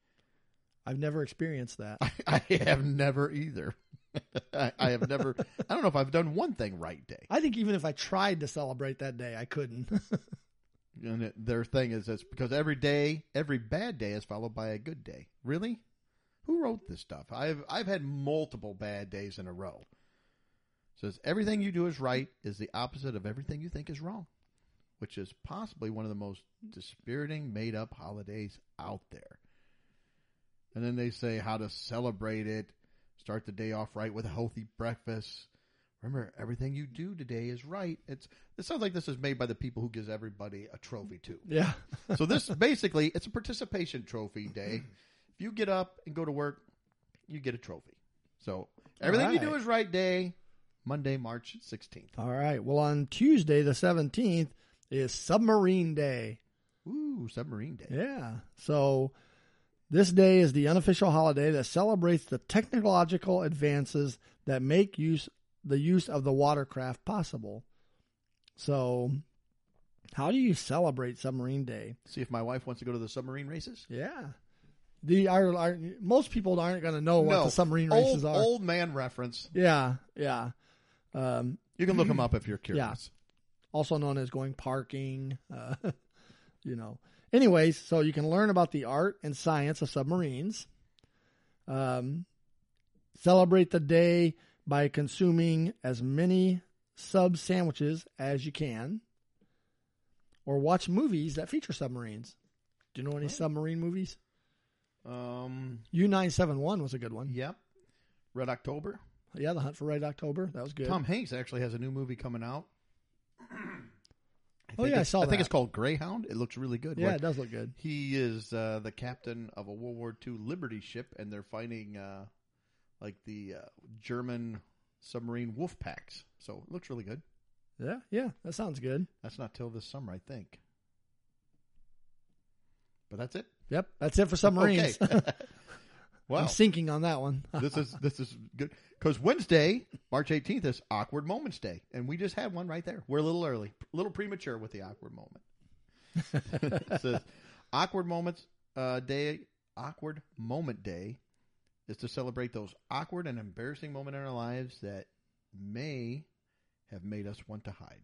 S2: I've never experienced [laughs] that.
S1: [laughs] I have never either. [laughs] I I have never. I don't know if I've done one thing right day.
S2: I think even if I tried to celebrate that day, I couldn't. [laughs]
S1: And it, their thing is it's because every day, every bad day is followed by a good day. Really? Who wrote this stuff? I've I've had multiple bad days in a row. says everything you do is right is the opposite of everything you think is wrong, which is possibly one of the most dispiriting made up holidays out there. And then they say how to celebrate it. Start the day off right with a healthy breakfast. Remember, everything you do today is right. It's it sounds like this is made by the people who gives everybody a trophy too.
S2: yeah.
S1: So
S2: [laughs]
S1: this basically it's a participation trophy day. If you get up and go to work, you get a trophy. So everything you do
S2: right.
S1: is right day. Monday, March sixteenth.
S2: All right. Well, on Tuesday, the 17th, is Submarine Day.
S1: Ooh, submarine day.
S2: Yeah. So this day is the unofficial holiday that celebrates the technological advances that make use the use of the watercraft possible. So How do you celebrate Submarine Day?
S1: See if my wife wants to go to the submarine races.
S2: Yeah. The our, our, most people aren't going to know what the submarine
S1: old,
S2: races are.
S1: Old man reference.
S2: Yeah, yeah. Um,
S1: You can look them up if you're curious.
S2: also known as going parking. Uh, [laughs] you know. Anyways, so you can learn about the art and science of submarines. Um, celebrate the day by consuming as many sub sandwiches as you can, or watch movies that feature submarines. Do you know any submarine movies?
S1: Um,
S2: U nine seven one was a good one.
S1: yep. Red October.
S2: Yeah, The Hunt for Red October that was good.
S1: Tom Hanks actually has a new movie coming out. I
S2: Oh,
S1: think
S2: yeah, I
S1: it's-
S2: saw
S1: I think
S2: that.
S1: it's called Greyhound. It looks really good.
S2: yeah,
S1: Where
S2: it does look good.
S1: He is uh, the captain of a World War II Liberty ship, and they're fighting uh, like the uh, German submarine wolf packs. So it looks really good.
S2: Yeah, yeah, that sounds good.
S1: That's not till this summer, I think. But that's it.
S2: Yep, that's it for submarines.
S1: Okay.
S2: [laughs]
S1: [laughs]
S2: I'm
S1: wow,
S2: sinking on that one.
S1: [laughs]
S2: [laughs]
S1: this is this is good because Wednesday, March 18th, is Awkward Moments Day, and we just had one right there. We're a little early, a little premature with the awkward moment. it says awkward moments uh, day awkward moment day is to celebrate those awkward and embarrassing moments in our lives that may have made us want to hide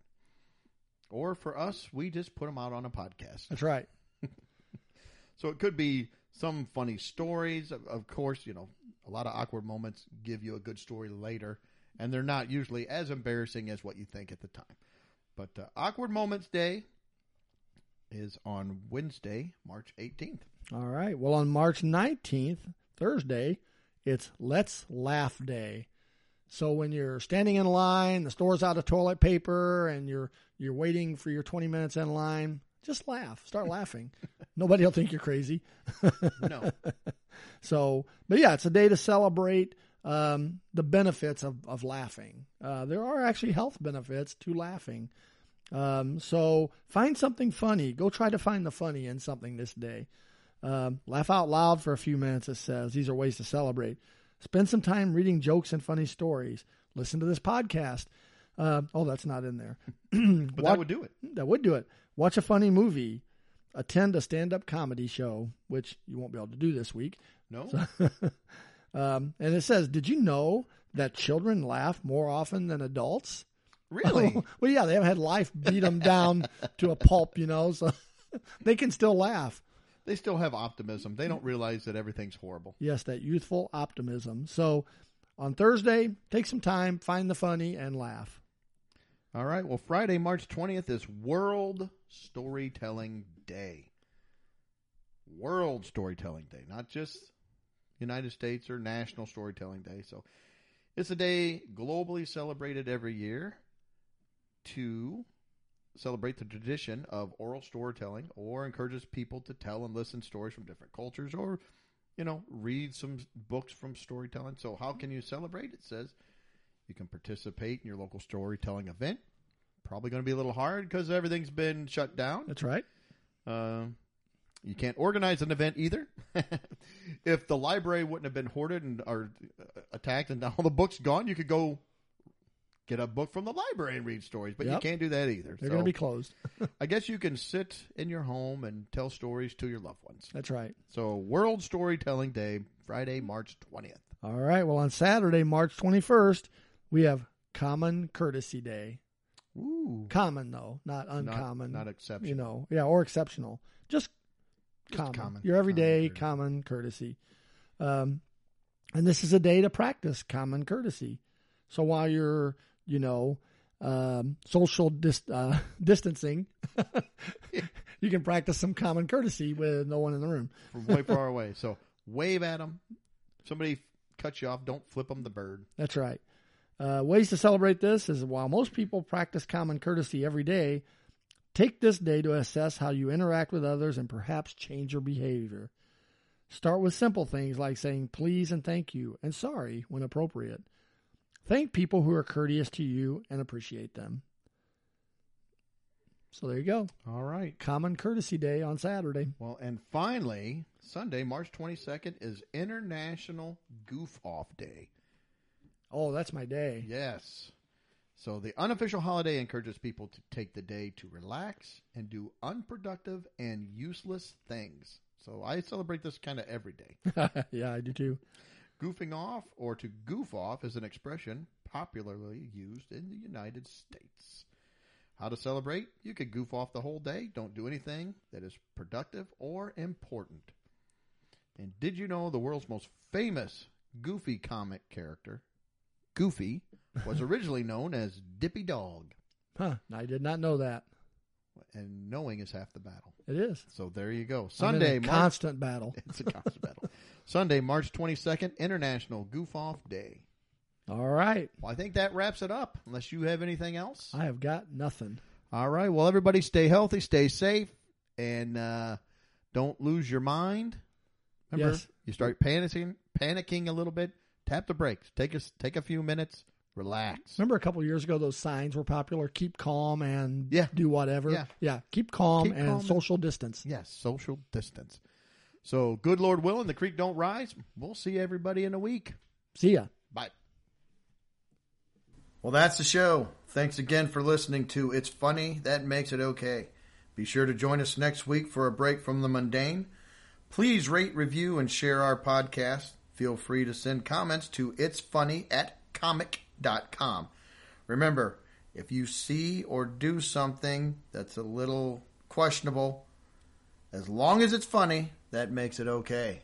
S1: or for us we just put them out on a podcast
S2: That's right.
S1: so it could be some funny stories of, of course you know a lot of awkward moments give you a good story later and they're not usually as embarrassing as what you think at the time but uh, awkward moments day is on wednesday march 18th
S2: All right. Well, on March 19th, Thursday, it's Let's Laugh Day. So when you're standing in line, the store's out of toilet paper and you're you're waiting for your 20 minutes in line, just laugh. Start laughing. Nobody'll think you're crazy.
S1: no
S2: So, but yeah, it's a day to celebrate um, the benefits of, of laughing. Uh, there are actually health benefits to laughing. Um, so find something funny. Go try to find the funny in something this day. Um, laugh out loud for a few minutes, it says. These are ways to celebrate. Spend some time reading jokes and funny stories. Listen to this podcast. Uh, oh, that's not in there.
S1: but
S2: Watch-
S1: that would do it
S2: that would do it. Watch a funny movie. Attend a stand up comedy show, which you won't be able to do this week.
S1: no
S2: Um, and it says, "Did you know that children laugh more often than adults?"
S1: [laughs] really
S2: [laughs] well, yeah, they haven't had life beat them down to a pulp, you know, so [laughs] they can still laugh.
S1: they still have optimism they don't realize that everything's horrible
S2: Yes, that youthful optimism. So, on Thursday, take some time, find the funny, and laugh.
S1: all right well friday march 20th is world storytelling day world storytelling day not just united states or national storytelling day so it's a day globally celebrated every year to celebrate the tradition of oral storytelling or encourages people to tell and listen stories from different cultures or you know read some books from storytelling so how can you celebrate it says you can participate in your local storytelling event probably going to be a little hard because everything's been shut down
S2: That's right.
S1: um, you can't organize an event either. [laughs] if the library wouldn't have been hoarded and or uh, attacked and [laughs] all the books gone, you could go get a book from the library and read stories, but
S2: Yep.
S1: you can't do that either. so
S2: They're going to be closed.
S1: I guess you can sit in your home and tell stories to your loved ones.
S2: That's right.
S1: So World Storytelling Day, Friday, March 20th.
S2: All right. Well, on Saturday, March twenty-first, we have Common Courtesy Day.
S1: Ooh.
S2: Common though, not
S1: Not-
S2: uncommon.
S1: Not, exceptional.
S2: you know, yeah, or exceptional, just, common.
S1: common.
S2: your everyday
S1: Common
S2: common courtesy. Um, and this is a day to practice common courtesy. So while you're, you know, um, social dis- uh, [laughs] distancing, you can practice some common courtesy with no one in the room.
S1: From way far away. So wave at them. Somebody cuts you off, don't flip them the bird.
S2: That's right. Uh, ways to celebrate this is while most people practice common courtesy every day, take this day to assess how you interact with others and perhaps change your behavior. Start with simple things like saying please and thank you and sorry when appropriate. Thank people who are courteous to you and appreciate them. So there you go.
S1: All right.
S2: Common Courtesy Day on Saturday.
S1: Well, and finally, Sunday, March 22nd is International Goof Off Day.
S2: Oh, that's my day.
S1: Yes. So the unofficial holiday encourages people to take the day to relax and do unproductive and useless things. So I celebrate this kind of every day.
S2: [laughs] yeah, I do too.
S1: Goofing off or to goof off is an expression popularly used in the United States. How to celebrate? You could goof off the whole day, don't do anything that is productive or important. And did you know the world's most famous goofy comic character, Goofy,
S2: [laughs]
S1: was originally known as Dippy Dog?
S2: Huh. I did not know that.
S1: And knowing is half the battle.
S2: It is.
S1: So there you go.
S2: I'm in
S1: Sunday,
S2: a
S1: March
S2: constant battle.
S1: [laughs] It's a constant battle. Sunday, March 22nd, International Goof Off Day.
S2: All right.
S1: Well, I think that wraps it up, unless you have anything else.
S2: I have got nothing.
S1: All right. Well, everybody stay healthy, stay safe, and uh, don't lose your mind. Remember,
S2: Yes.
S1: you start panicking, panicking a little bit, tap the brakes. Take a, take a few minutes, relax.
S2: Remember a couple years ago, those signs were popular: "Keep calm and
S1: Yeah.
S2: do whatever."
S1: Yeah.
S2: Keep calm
S1: Keep
S2: and
S1: calm.
S2: social distance.
S1: Yes, social distance. So, good Lord willing, the creek don't rise. We'll see everybody in a week.
S2: See ya.
S1: Bye. Well, that's the show. Thanks again for listening to It's Funny That Makes It Okay. Be sure to join us next week for a break from the mundane. Please rate, review, and share our podcast. Feel free to send comments to It's Funny at comic.com. Remember, if you see or do something that's a little questionable, as long as it's funny, that makes it okay.